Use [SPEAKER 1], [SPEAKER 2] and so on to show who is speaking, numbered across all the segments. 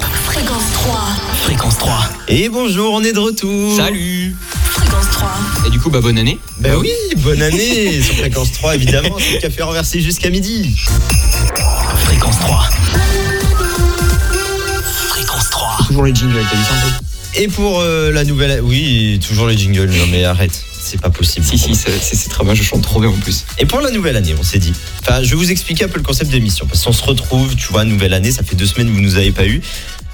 [SPEAKER 1] Fréquence 3.
[SPEAKER 2] Fréquence 3.
[SPEAKER 3] Et bonjour, on est de retour.
[SPEAKER 2] Salut
[SPEAKER 1] Fréquence 3.
[SPEAKER 2] Et du coup, bah bonne année.
[SPEAKER 3] Ben oui, bonne année sur Fréquence 3, évidemment. C'est le café renversé jusqu'à midi.
[SPEAKER 2] Fréquence 3. Fréquence 3. Toujours les jingles, t'as vu ça un peu
[SPEAKER 3] Et pour euh, la nouvelle. Oui, toujours les jingles, non mais arrête. C'est pas possible.
[SPEAKER 2] Si, si, c'est- c'est c'est très bien, je chante trop bien en plus.
[SPEAKER 3] Et pour la nouvelle année, on s'est dit. Enfin, je vais vous expliquer un peu le concept d'émission. Parce qu'on se retrouve, tu vois, nouvelle année, ça fait deux semaines que vous nous avez pas eu.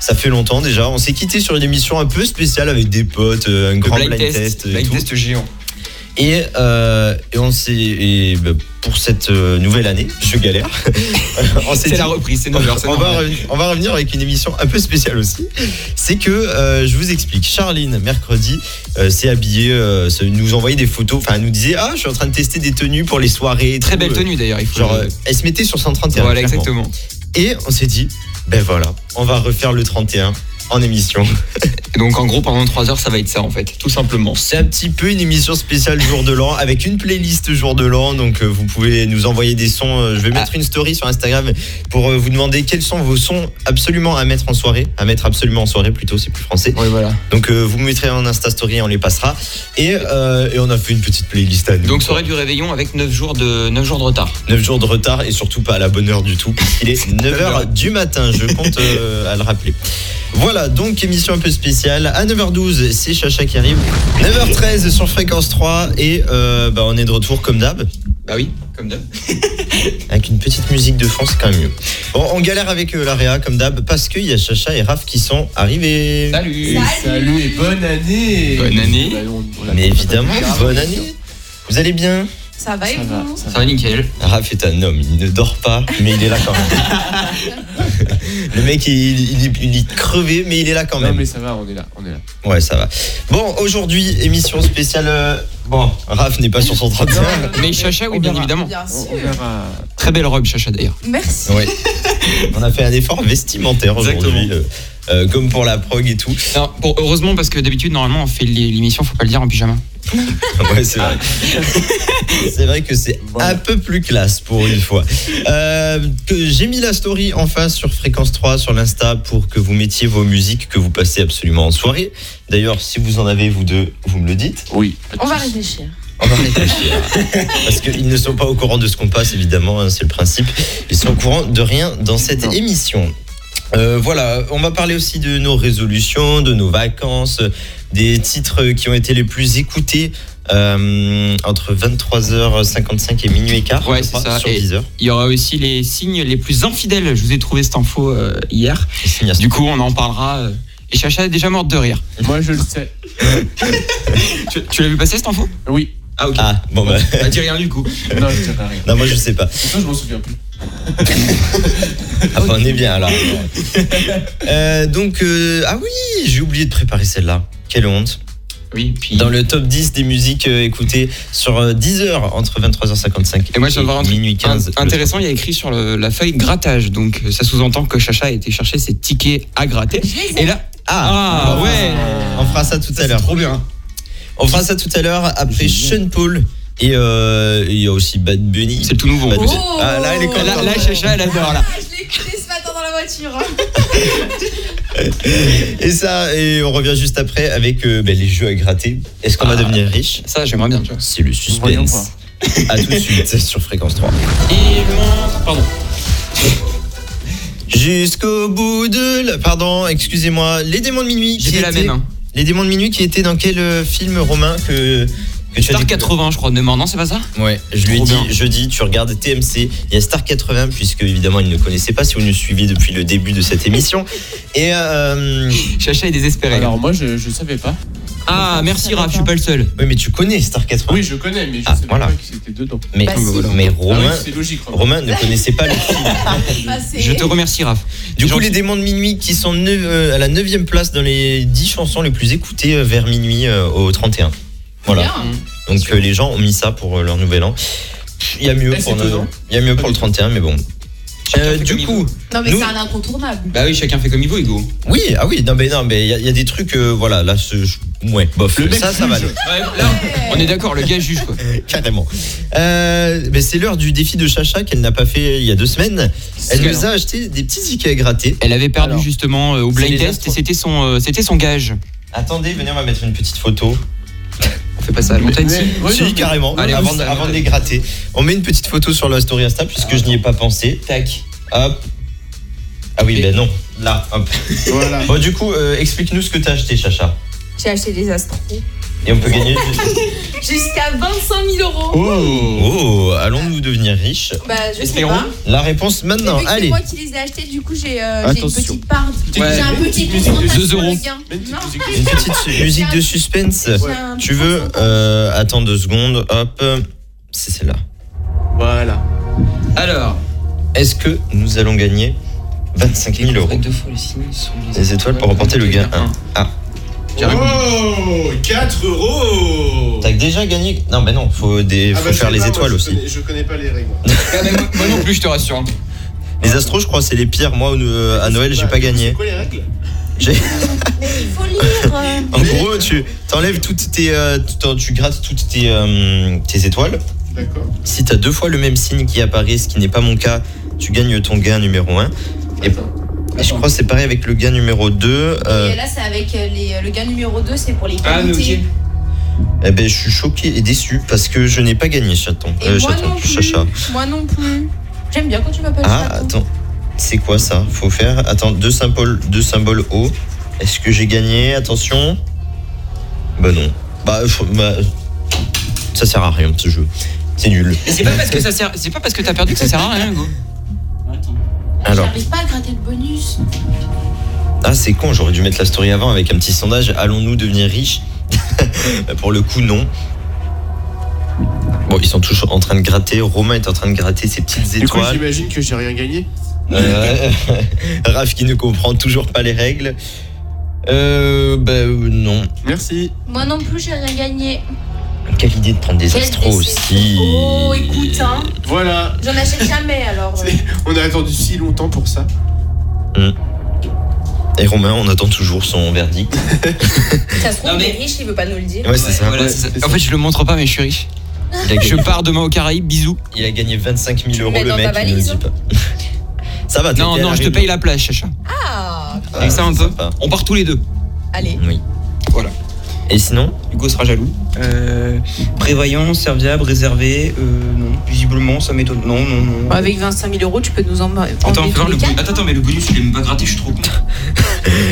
[SPEAKER 3] Ça fait longtemps déjà. On s'est quitté sur une émission un peu spéciale avec des potes, euh, un
[SPEAKER 2] Le
[SPEAKER 3] grand
[SPEAKER 2] blind, test,
[SPEAKER 3] et
[SPEAKER 2] blind
[SPEAKER 3] tout.
[SPEAKER 2] test géant.
[SPEAKER 3] Et, euh, et on s'est. et, bah, pour cette euh, nouvelle année, je galère. on s'est
[SPEAKER 2] C'est
[SPEAKER 3] dit-
[SPEAKER 2] la reprise, c'est
[SPEAKER 3] oh, On,
[SPEAKER 2] normal. c'est
[SPEAKER 3] va
[SPEAKER 2] normal.
[SPEAKER 3] revenir, on va revenir avec une émission un peu spéciale aussi. C'est que euh, je vous explique. Charline, mercredi, euh, s'est habillée, euh, se- nous envoyait des photos. Enfin, elle nous disait Ah, je suis en train de tester des tenues pour les soirées. et
[SPEAKER 2] Très
[SPEAKER 3] tout.
[SPEAKER 2] belle tenue d'ailleurs, il faut.
[SPEAKER 3] Genre,
[SPEAKER 2] le-
[SPEAKER 3] euh, elle se mettait sur 131.
[SPEAKER 2] voilà,
[SPEAKER 3] clairement.
[SPEAKER 2] exactement.
[SPEAKER 3] Et on s'est dit Ben voilà, on va refaire le 31 en émission.
[SPEAKER 2] Et donc en gros, pendant 3 heures, ça va être ça en fait, tout simplement.
[SPEAKER 3] C'est un petit peu une émission spéciale jour de l'an avec une playlist jour de l'an. Donc euh, vous pouvez nous envoyer des sons. Euh, Je vais mettre une story sur Instagram pour euh, vous demander quels sont vos sons absolument à mettre en soirée, à mettre absolument en soirée plutôt, c'est plus français.
[SPEAKER 2] Ouais, voilà.
[SPEAKER 3] Donc euh, vous me mettrez en Insta story, on les passera. Et, euh, et on a fait une petite playlist à nous.
[SPEAKER 2] Donc soirée du réveillon avec 9 jours de, 9 jours de retard.
[SPEAKER 3] 9 jours de retard et surtout pas à la bonne heure du tout. Il est 9h du matin, je compte euh, à le rappeler. Voilà, donc émission un peu spéciale. À 9h12, c'est Chacha qui arrive. 9h13 sur Fréquence 3 et euh, bah, on est de retour comme d'hab.
[SPEAKER 2] Bah oui, comme d'hab.
[SPEAKER 3] Avec une petite musique de fond, c'est quand même mieux. Bon, on galère avec euh, la réa comme d'hab parce qu'il y a Chacha et Raph qui sont arrivés.
[SPEAKER 2] Salut
[SPEAKER 4] Salut et bonne année
[SPEAKER 2] Bonne année.
[SPEAKER 4] Bah, on- on l'a-
[SPEAKER 3] Mais
[SPEAKER 4] on l'a
[SPEAKER 3] évidemment,
[SPEAKER 4] pas fait.
[SPEAKER 3] bonne année. Vous allez bien
[SPEAKER 5] Ça va et
[SPEAKER 4] Ça va,
[SPEAKER 5] vous
[SPEAKER 4] ça
[SPEAKER 2] Ça va nickel.
[SPEAKER 3] Raph est un homme, il ne dort pas, mais il est là quand même. Le mec, il, il est- il est crevé, mais il est là quand
[SPEAKER 4] va. Non
[SPEAKER 3] même.
[SPEAKER 4] mais ça va, on est là, on est là.
[SPEAKER 3] Ouais, ça va. Bon, aujourd'hui, émission spéciale. euh, Bon, Raph n'est pas sur son 31.
[SPEAKER 2] Mais Chacha, oui,
[SPEAKER 4] On
[SPEAKER 2] bien
[SPEAKER 4] verra.
[SPEAKER 2] évidemment.
[SPEAKER 5] Bien
[SPEAKER 4] On,
[SPEAKER 5] sûr.
[SPEAKER 4] on verra.
[SPEAKER 2] Très belle robe, Chacha d'ailleurs.
[SPEAKER 5] Merci.
[SPEAKER 3] Ouais. On a fait un effort vestimentaire aujourd'hui.
[SPEAKER 2] Exactement.
[SPEAKER 3] euh, euh, comme pour la prog et tout.
[SPEAKER 2] Non, pour- heureusement, parce que d'habitude, normalement, on fait l'é- l'émission, faut pas le dire en pyjama.
[SPEAKER 3] Ouais, c'est vrai. c'est vrai que c'est un
[SPEAKER 4] Voilà.
[SPEAKER 3] peu plus classe pour une fois. Euh, que J'ai mis la story en face sur Fréquence 3 sur l'Insta pour que vous mettiez vos musiques que vous passez absolument en soirée. D'ailleurs, si vous en avez, vous deux, vous me le dites.
[SPEAKER 4] Oui.
[SPEAKER 5] On va réfléchir.
[SPEAKER 3] On va réfléchir. Parce qu'ils ne sont pas au courant de ce qu'on passe, évidemment, hein, c'est le principe. Ils sont au courant de rien dans cette
[SPEAKER 4] Non.
[SPEAKER 3] émission. Euh, voilà, on va parler aussi de nos résolutions, de nos vacances, des titres qui ont été les plus écoutés euh, entre 23h55 et minuit et quart
[SPEAKER 2] Ouais,
[SPEAKER 3] je
[SPEAKER 2] c'est
[SPEAKER 3] crois,
[SPEAKER 2] ça.
[SPEAKER 3] sur
[SPEAKER 2] Et-
[SPEAKER 3] 10h.
[SPEAKER 2] Il y aura aussi les signes les plus infidèles. Je vous ai trouvé cette info euh, hier. Du coup, on en parlera. euh, et Chacha est déjà morte de rire.
[SPEAKER 4] Moi je le sais.
[SPEAKER 2] Tu, tu l'as vu passer cette info
[SPEAKER 4] Oui.
[SPEAKER 2] Ah, ok.
[SPEAKER 3] Ah, bon bah,
[SPEAKER 2] Bah, dis rien du coup.
[SPEAKER 4] Non, je dirai rien.
[SPEAKER 3] non, moi je sais pas.
[SPEAKER 4] C'est ça, je m'en souviens plus.
[SPEAKER 3] Ah, bah, on est bien alors. Euh, donc, euh, ah oui, j'ai oublié de préparer celle-là. Quelle honte.
[SPEAKER 2] Oui, puis.
[SPEAKER 3] Dans le top 10 des musiques euh, écoutées sur euh, 10h entre 23h55
[SPEAKER 2] Et moi, je viens de voir un truc
[SPEAKER 3] minuit 15.
[SPEAKER 2] In- Intéressant, il y a écrit sur le- la feuille grattage. Donc, euh, ça sous-entend que Chacha a été chercher ses tickets à gratter. Et là.
[SPEAKER 3] Ah,
[SPEAKER 2] Ah, ouais
[SPEAKER 3] On fera ça tout à l'heure.
[SPEAKER 2] Trop bien.
[SPEAKER 3] On fera ça tout à l'heure après Sean Paul et euh, il y a aussi Bad Bunny.
[SPEAKER 2] C'est le tout nouveau. en
[SPEAKER 3] Bad
[SPEAKER 2] plus.
[SPEAKER 3] Bunny. Ah, là, elle est contente.
[SPEAKER 2] Là, là, Chacha, elle adore. Là.
[SPEAKER 5] Ah, Je l'ai écouté ce matin dans la voiture. hein.
[SPEAKER 3] Et ça, et on revient juste après avec euh, ben, les jeux à gratter. Est-ce qu'on va
[SPEAKER 2] Ah.
[SPEAKER 3] devenir riche
[SPEAKER 2] Ça, j'aimerais bien. Tu vois.
[SPEAKER 3] C'est le
[SPEAKER 4] Voyons
[SPEAKER 3] suspense.
[SPEAKER 4] voir.
[SPEAKER 3] À tout de suite sur Fréquence 3.
[SPEAKER 2] Et le monde- Pardon.
[SPEAKER 3] Jusqu'au bout de la... Pardon, excusez-moi. Les démons de minuit.
[SPEAKER 2] J'ai
[SPEAKER 3] qui
[SPEAKER 2] fait la
[SPEAKER 3] étaient-
[SPEAKER 2] même. hein.
[SPEAKER 3] Les démons de minuit qui étaient dans quel euh, film romain que, que tu as
[SPEAKER 2] Star
[SPEAKER 3] découvert
[SPEAKER 2] 80, je crois, de mémoire. Non, c'est pas ça
[SPEAKER 3] Ouais, je lui ai
[SPEAKER 2] Trop
[SPEAKER 3] dit
[SPEAKER 2] bien.
[SPEAKER 3] jeudi, tu regardes TMC, il y a Star 80, puisque évidemment il ne connaissait pas si vous nous suivez depuis le début de cette émission. Et euh,
[SPEAKER 2] Chacha est désespérée.
[SPEAKER 4] Alors moi je, je savais pas.
[SPEAKER 2] Ah, merci
[SPEAKER 5] Ça va
[SPEAKER 2] Raph, je
[SPEAKER 5] pas.
[SPEAKER 2] suis pas le seul.
[SPEAKER 3] oui, mais tu connais Star 80.
[SPEAKER 4] Oui je connais mais je
[SPEAKER 3] Ah,
[SPEAKER 4] savais
[SPEAKER 3] voilà.
[SPEAKER 4] pas que c'était dedans.
[SPEAKER 3] mais,
[SPEAKER 5] Bah, si.
[SPEAKER 3] mais
[SPEAKER 4] Ah oui,
[SPEAKER 3] Romain,
[SPEAKER 4] c'est logique. Romain.
[SPEAKER 3] Romain ne connaissait pas le film.
[SPEAKER 5] Passé.
[SPEAKER 2] Je te remercie Raph.
[SPEAKER 3] Du
[SPEAKER 2] C'est
[SPEAKER 3] coup,
[SPEAKER 2] gentil.
[SPEAKER 3] les démons de minuit qui sont neu- euh, à la 9 place dans les 10 chansons les plus écoutées euh, vers minuit euh, au 31. Voilà.
[SPEAKER 5] Bien.
[SPEAKER 3] Donc euh, les gens ont mis ça pour euh, leur nouvel an. Il y a mieux
[SPEAKER 4] Eh, c'est
[SPEAKER 3] pour, le-
[SPEAKER 4] étonnant.
[SPEAKER 3] il y a mieux pour le 31, mais bon.
[SPEAKER 2] Chacun
[SPEAKER 3] Euh,
[SPEAKER 2] fait
[SPEAKER 3] du
[SPEAKER 2] comme il
[SPEAKER 3] coup,
[SPEAKER 2] veut.
[SPEAKER 5] Non, mais
[SPEAKER 3] Nous-
[SPEAKER 5] c'est un incontournable.
[SPEAKER 2] Bah oui, chacun fait comme il veut, Hugo.
[SPEAKER 3] oui, ah oui, non mais non mais il y, a- il y a des trucs, euh, voilà, là, ce, je- ouais, bof,
[SPEAKER 4] Le mec
[SPEAKER 3] ça, ça va.
[SPEAKER 4] juge.
[SPEAKER 3] aller.
[SPEAKER 2] Ouais, là, Bah, on est d'accord, le gars juge quoi.
[SPEAKER 3] Carrément. Euh, mais c'est l'heure du défi de Chacha qu'elle n'a pas fait il y a deux semaines.
[SPEAKER 2] C'est
[SPEAKER 3] Elle nous a acheté des petits tickets à gratter.
[SPEAKER 2] Elle avait perdu
[SPEAKER 3] Alors,
[SPEAKER 2] justement euh, au
[SPEAKER 3] c'est
[SPEAKER 2] blind
[SPEAKER 3] les
[SPEAKER 2] test et
[SPEAKER 3] astro-
[SPEAKER 2] c'était son, euh, c'était son gage.
[SPEAKER 3] Attendez, venez, on va mettre une petite photo.
[SPEAKER 2] On fait pas ça à la montagne, si
[SPEAKER 4] Ouais, non,
[SPEAKER 3] si,
[SPEAKER 4] mais-
[SPEAKER 3] carrément,
[SPEAKER 2] Allez,
[SPEAKER 3] avant,
[SPEAKER 2] vous,
[SPEAKER 3] de-
[SPEAKER 2] ça,
[SPEAKER 3] avant de
[SPEAKER 2] ouais.
[SPEAKER 3] les gratter. On met une petite photo sur la story Insta puisque je n'y ai pas pensé. Tac. Hop. Ah oui,
[SPEAKER 2] Et-
[SPEAKER 3] ben non. Là, hop.
[SPEAKER 4] Voilà.
[SPEAKER 3] Bon, du coup, euh, explique-nous ce que t'as acheté, Chacha.
[SPEAKER 5] J'ai acheté des astros.
[SPEAKER 3] Et on peut gagner.
[SPEAKER 5] Jusqu'à 25 000 euros.
[SPEAKER 4] Oh
[SPEAKER 3] Oh, allons-nous devenir riches
[SPEAKER 5] Bah, je sais
[SPEAKER 2] Espérons.
[SPEAKER 5] pas.
[SPEAKER 3] La réponse
[SPEAKER 5] Mais
[SPEAKER 3] maintenant.
[SPEAKER 5] vu que c'est
[SPEAKER 3] Allez.
[SPEAKER 5] moi qui les ai achetés, du coup, j'ai euh, j'ai une
[SPEAKER 4] Attention.
[SPEAKER 5] petite part.
[SPEAKER 2] Ouais.
[SPEAKER 5] J'ai un petit
[SPEAKER 4] Musique de
[SPEAKER 5] pourcentage
[SPEAKER 2] deux
[SPEAKER 5] sur le
[SPEAKER 2] euros.
[SPEAKER 5] gain.
[SPEAKER 4] Une petite
[SPEAKER 5] Non.
[SPEAKER 4] musique.
[SPEAKER 3] Une petite musique de suspense.
[SPEAKER 5] J'ai un
[SPEAKER 3] Tu veux
[SPEAKER 5] pourcentage.
[SPEAKER 3] euh, Attends deux secondes. Hop. C'est celle-là.
[SPEAKER 4] Voilà.
[SPEAKER 2] Alors,
[SPEAKER 3] Est-ce que nous allons gagner 25 000 euros
[SPEAKER 2] Deux fois les signes sont Ah.
[SPEAKER 3] Les étoiles pour remporter le gain 1.
[SPEAKER 2] J'ai rien
[SPEAKER 4] Oh 4 euros
[SPEAKER 3] T'as déjà gagné Non, mais non, faut, des...
[SPEAKER 1] Ah
[SPEAKER 3] faut
[SPEAKER 1] bah, je sais
[SPEAKER 3] faire les
[SPEAKER 1] pas, moi,
[SPEAKER 3] étoiles
[SPEAKER 1] je
[SPEAKER 3] aussi.
[SPEAKER 1] connais- je connais pas les règles.
[SPEAKER 2] Ah, mais moi, moi non plus, je te rassure. hein.
[SPEAKER 3] Les astros, je crois, c'est les pires. Moi, euh, à Noël, j'ai
[SPEAKER 1] Bah,
[SPEAKER 3] pas
[SPEAKER 1] C'est
[SPEAKER 3] gagné.
[SPEAKER 1] quoi les règles
[SPEAKER 5] Il faut lire. euh,
[SPEAKER 3] En gros, tu t'enlèves toutes tes. euh, tu- tu grattes toutes tes, euh, tes étoiles.
[SPEAKER 1] D'accord.
[SPEAKER 3] Si t'as deux fois le même signe qui apparaît, ce qui n'est pas mon cas, tu gagnes ton gain numéro 1. Et, et je crois que c'est pareil avec le gain numéro 2.
[SPEAKER 5] Et là, c'est avec euh, les, le gain numéro 2, c'est pour les qualités.
[SPEAKER 2] Ah, mais ok.
[SPEAKER 3] eh ben, je suis choqué et déçu parce que je n'ai pas gagné, chaton.
[SPEAKER 5] Et
[SPEAKER 3] Euh,
[SPEAKER 5] moi,
[SPEAKER 3] chaton,
[SPEAKER 5] non plus,
[SPEAKER 3] chacha.
[SPEAKER 5] moi non plus. J'aime bien quand tu m'appelles
[SPEAKER 3] Ah,
[SPEAKER 5] chaton.
[SPEAKER 3] attends. C'est quoi ça Faut faire. Attends, deux symboles, deux symboles haut. Est-ce que j'ai gagné Attention. Bah non. Bah, faut- bah, ça sert à rien ce jeu. C'est nul.
[SPEAKER 2] Mais c'est pas parce que ça sert, c'est pas parce que t'as perdu que ça sert à rien, Hugo.
[SPEAKER 3] Alors.
[SPEAKER 5] J'arrive pas à gratter le bonus.
[SPEAKER 3] Ah, c'est con, j'aurais dû mettre la story avant avec un petit sondage. Allons-nous devenir riches Bah, Pour le coup, non. Bon, ils sont tous en train de gratter. Romain est en train de gratter ses petites
[SPEAKER 1] Du coup,
[SPEAKER 3] étoiles.
[SPEAKER 1] j'imagine que j'ai rien gagné.
[SPEAKER 3] Euh, Raph qui ne comprend toujours pas les règles. Euh, bah euh, non.
[SPEAKER 1] Merci.
[SPEAKER 5] Moi non plus, j'ai rien gagné.
[SPEAKER 3] Quelle idée de prendre des
[SPEAKER 5] Quel
[SPEAKER 3] astros
[SPEAKER 5] décès.
[SPEAKER 3] aussi.
[SPEAKER 5] Oh, écoute, hein.
[SPEAKER 1] Voilà.
[SPEAKER 5] J'en achète jamais alors. euh.
[SPEAKER 1] On a attendu si longtemps pour ça.
[SPEAKER 3] Et Romain, on attend toujours son verdict.
[SPEAKER 5] Ça se trouve,
[SPEAKER 2] Non, mais-
[SPEAKER 5] il est riche, il veut pas nous le dire.
[SPEAKER 3] Ouais, c'est
[SPEAKER 2] Ah, Ouais,
[SPEAKER 3] ça.
[SPEAKER 2] voilà, c'est ça. En fait, je le montre pas, mais je suis riche.
[SPEAKER 3] Il a,
[SPEAKER 2] Je
[SPEAKER 3] gagné,
[SPEAKER 2] pars demain aux Caraïbes, bisous.
[SPEAKER 3] il a gagné 25 000
[SPEAKER 5] Tu le
[SPEAKER 3] euros
[SPEAKER 5] mets
[SPEAKER 3] le
[SPEAKER 5] dans
[SPEAKER 3] mec.
[SPEAKER 5] ta
[SPEAKER 3] il ne le
[SPEAKER 5] valise
[SPEAKER 3] dit pas. Ça va,
[SPEAKER 2] Non,
[SPEAKER 3] t'étais à
[SPEAKER 2] non, je te
[SPEAKER 3] Réunion.
[SPEAKER 2] paye la plage, Chacha.
[SPEAKER 5] Ah,
[SPEAKER 3] Ah,
[SPEAKER 2] Avec ça un
[SPEAKER 3] c'est
[SPEAKER 2] peu.
[SPEAKER 3] sympa.
[SPEAKER 2] On part tous les deux.
[SPEAKER 5] allez.
[SPEAKER 3] Oui.
[SPEAKER 2] Voilà.
[SPEAKER 3] Et sinon
[SPEAKER 2] Hugo sera jaloux. prévoyant, serviable, réservé, euh, non. Visiblement, ça m'étonne. Non, non, non.
[SPEAKER 5] Avec 25 000 euros, tu peux nous en
[SPEAKER 2] Attends, fais voir le bonus. Attends, attends, mais le bonus, il est même pas gratté, je suis trop con.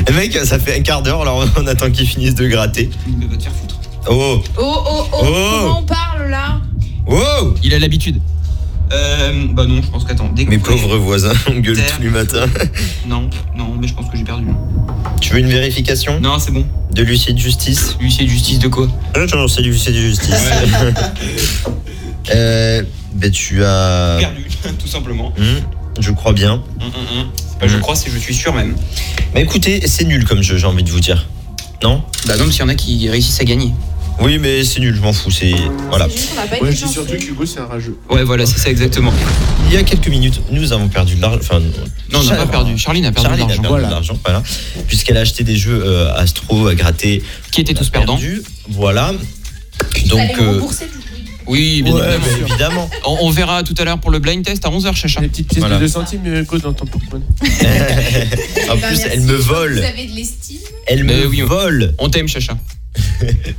[SPEAKER 3] Le mec, ça fait un quart d'heure, alors on attend qu'il finisse de gratter.
[SPEAKER 2] Il va te faire foutre.
[SPEAKER 3] Oh
[SPEAKER 5] Oh, oh, oh,
[SPEAKER 3] Oh.
[SPEAKER 5] Comment on parle là
[SPEAKER 3] Wow
[SPEAKER 2] Il a l'habitude. Euh, bah non, je pense qu'attends. dès que
[SPEAKER 3] Mes
[SPEAKER 2] vous pouvez-
[SPEAKER 3] pauvres voisins, on gueule
[SPEAKER 2] Terre.
[SPEAKER 3] tous les matins.
[SPEAKER 2] Non, non, mais je pense que j'ai perdu.
[SPEAKER 3] Tu veux une vérification
[SPEAKER 2] Non, c'est bon.
[SPEAKER 3] de l'huissier de justice
[SPEAKER 2] Huissier de justice de quoi
[SPEAKER 3] Attends, Ah, c'est l'huissier de justice. euh, ben tu as...
[SPEAKER 2] Perdu, tout simplement.
[SPEAKER 3] Hmm, je crois bien.
[SPEAKER 2] Hum, hum, hum. C'est pas je crois, c'est je suis sûr même.
[SPEAKER 3] Mais écoutez, c'est nul comme jeu, j'ai envie de vous dire. Non
[SPEAKER 2] Bah non, s'il y en a qui réussissent à gagner.
[SPEAKER 3] Oui, mais c'est nul, je m'en fous, c'est...
[SPEAKER 2] Bah.
[SPEAKER 3] Voilà.
[SPEAKER 5] C'est juste qu'on n'a pas
[SPEAKER 1] Moi,
[SPEAKER 5] été
[SPEAKER 1] je dis surtout
[SPEAKER 5] chanceux.
[SPEAKER 1] qu'Hugo, c'est un rageux.
[SPEAKER 2] Ouais, voilà, c'est ça exactement.
[SPEAKER 3] Il y a quelques minutes, nous avons perdu de l'argent. Enfin,
[SPEAKER 2] Non, on n'a pas
[SPEAKER 3] Charles-
[SPEAKER 2] perdu. Charline a perdu de
[SPEAKER 3] Charline a perdu
[SPEAKER 2] l'argent.
[SPEAKER 3] de l'argent, voilà. Puisqu'elle a acheté des jeux euh, Astro à gratter
[SPEAKER 2] Qui étaient tous perdants.
[SPEAKER 3] perdu, Voilà.
[SPEAKER 5] Fallait
[SPEAKER 3] Donc,
[SPEAKER 5] me
[SPEAKER 3] euh,
[SPEAKER 5] rembourser du coup.
[SPEAKER 2] Oui, bien
[SPEAKER 3] ouais,
[SPEAKER 2] évidemment.
[SPEAKER 3] mais évidemment.
[SPEAKER 2] On, on verra tout à l'heure pour le blind test à 11h, Chacha.
[SPEAKER 1] Les petites pièces
[SPEAKER 3] Voilà.
[SPEAKER 1] de 2 centimes, euh, go dans ton porte-monnaie.
[SPEAKER 3] en
[SPEAKER 5] Eh ben,
[SPEAKER 3] plus,
[SPEAKER 5] merci.
[SPEAKER 3] elle me
[SPEAKER 5] Vous
[SPEAKER 3] vole.
[SPEAKER 5] avez de l'estime
[SPEAKER 3] Elle me
[SPEAKER 2] Mais oui, on-
[SPEAKER 3] vole.
[SPEAKER 2] On t'aime, Chacha.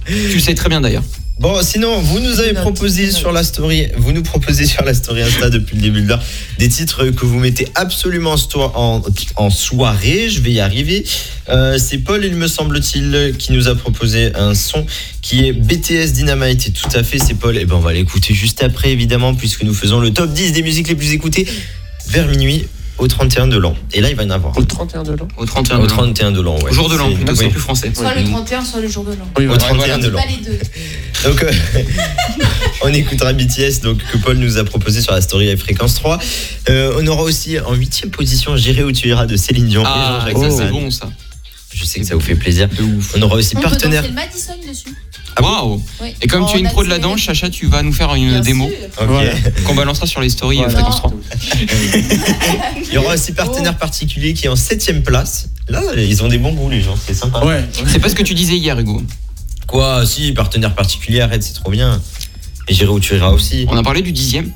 [SPEAKER 2] tu le sais très bien d'ailleurs.
[SPEAKER 3] Bon, sinon, vous nous avez
[SPEAKER 5] Note,
[SPEAKER 3] proposé
[SPEAKER 5] note.
[SPEAKER 3] sur la story, vous nous proposez sur la story Insta depuis le début de l'heure des titres que vous mettez absolument en, sto- en, en soirée. Je vais y arriver. Euh, C'est Paul, il me semble-t-il, qui nous a proposé un son qui est BTS Dynamite. Et tout à fait, c'est Paul. Et ben, on va l'écouter juste après, évidemment, puisque nous faisons le top 10 des musiques les plus écoutées vers minuit au 31 de l'an. Et là, il va y en avoir.
[SPEAKER 1] Au 31 de l'an.
[SPEAKER 2] Au 31
[SPEAKER 3] Au 31 de l'an, ouais.
[SPEAKER 2] Jour de l'an,
[SPEAKER 3] C'est-
[SPEAKER 2] plutôt,
[SPEAKER 3] ouais.
[SPEAKER 2] c'est plus français.
[SPEAKER 5] Soit
[SPEAKER 3] Ouais.
[SPEAKER 5] le 31, soit le jour de l'an.
[SPEAKER 1] Oui,
[SPEAKER 3] Au
[SPEAKER 1] voilà.
[SPEAKER 3] 31
[SPEAKER 2] voilà.
[SPEAKER 3] de l'an.
[SPEAKER 5] Pas les deux.
[SPEAKER 3] Donc, euh, on écoutera BTS, donc que Paul nous a proposé sur la story à fréquence 3. Euh, on aura aussi en huitième position J'irai où tu iras de Céline Dion.
[SPEAKER 2] Ah, ça
[SPEAKER 3] et Jean-Jacques
[SPEAKER 2] c'est
[SPEAKER 3] Goldman.
[SPEAKER 2] bon ça.
[SPEAKER 3] Je sais que ça vous fait plaisir.
[SPEAKER 2] De ouf.
[SPEAKER 3] On aura aussi
[SPEAKER 5] On peut danser
[SPEAKER 3] partenaire.
[SPEAKER 5] le Madison dessus.
[SPEAKER 2] Waouh
[SPEAKER 5] Oui.
[SPEAKER 2] Et comme tu es une
[SPEAKER 5] En
[SPEAKER 2] pro de la danse,
[SPEAKER 5] accéléré.
[SPEAKER 2] Chacha, tu vas nous faire une
[SPEAKER 5] Bien
[SPEAKER 2] démo
[SPEAKER 5] sûr.
[SPEAKER 3] Ok.
[SPEAKER 1] Voilà.
[SPEAKER 2] qu'on balancera sur les stories
[SPEAKER 1] Voilà.
[SPEAKER 2] euh, Fréquence 3.
[SPEAKER 3] Il y aura aussi partenaire particulier qui est en 7ème place. Là, ils ont des bons goûts, les gens, c'est sympa.
[SPEAKER 1] Ouais.
[SPEAKER 2] C'est pas ce que tu disais hier, Hugo.
[SPEAKER 3] Quoi Si, partenaire particulier, arrête, c'est trop bien. Et j'irai où tu iras aussi.
[SPEAKER 2] On a parlé du dixième,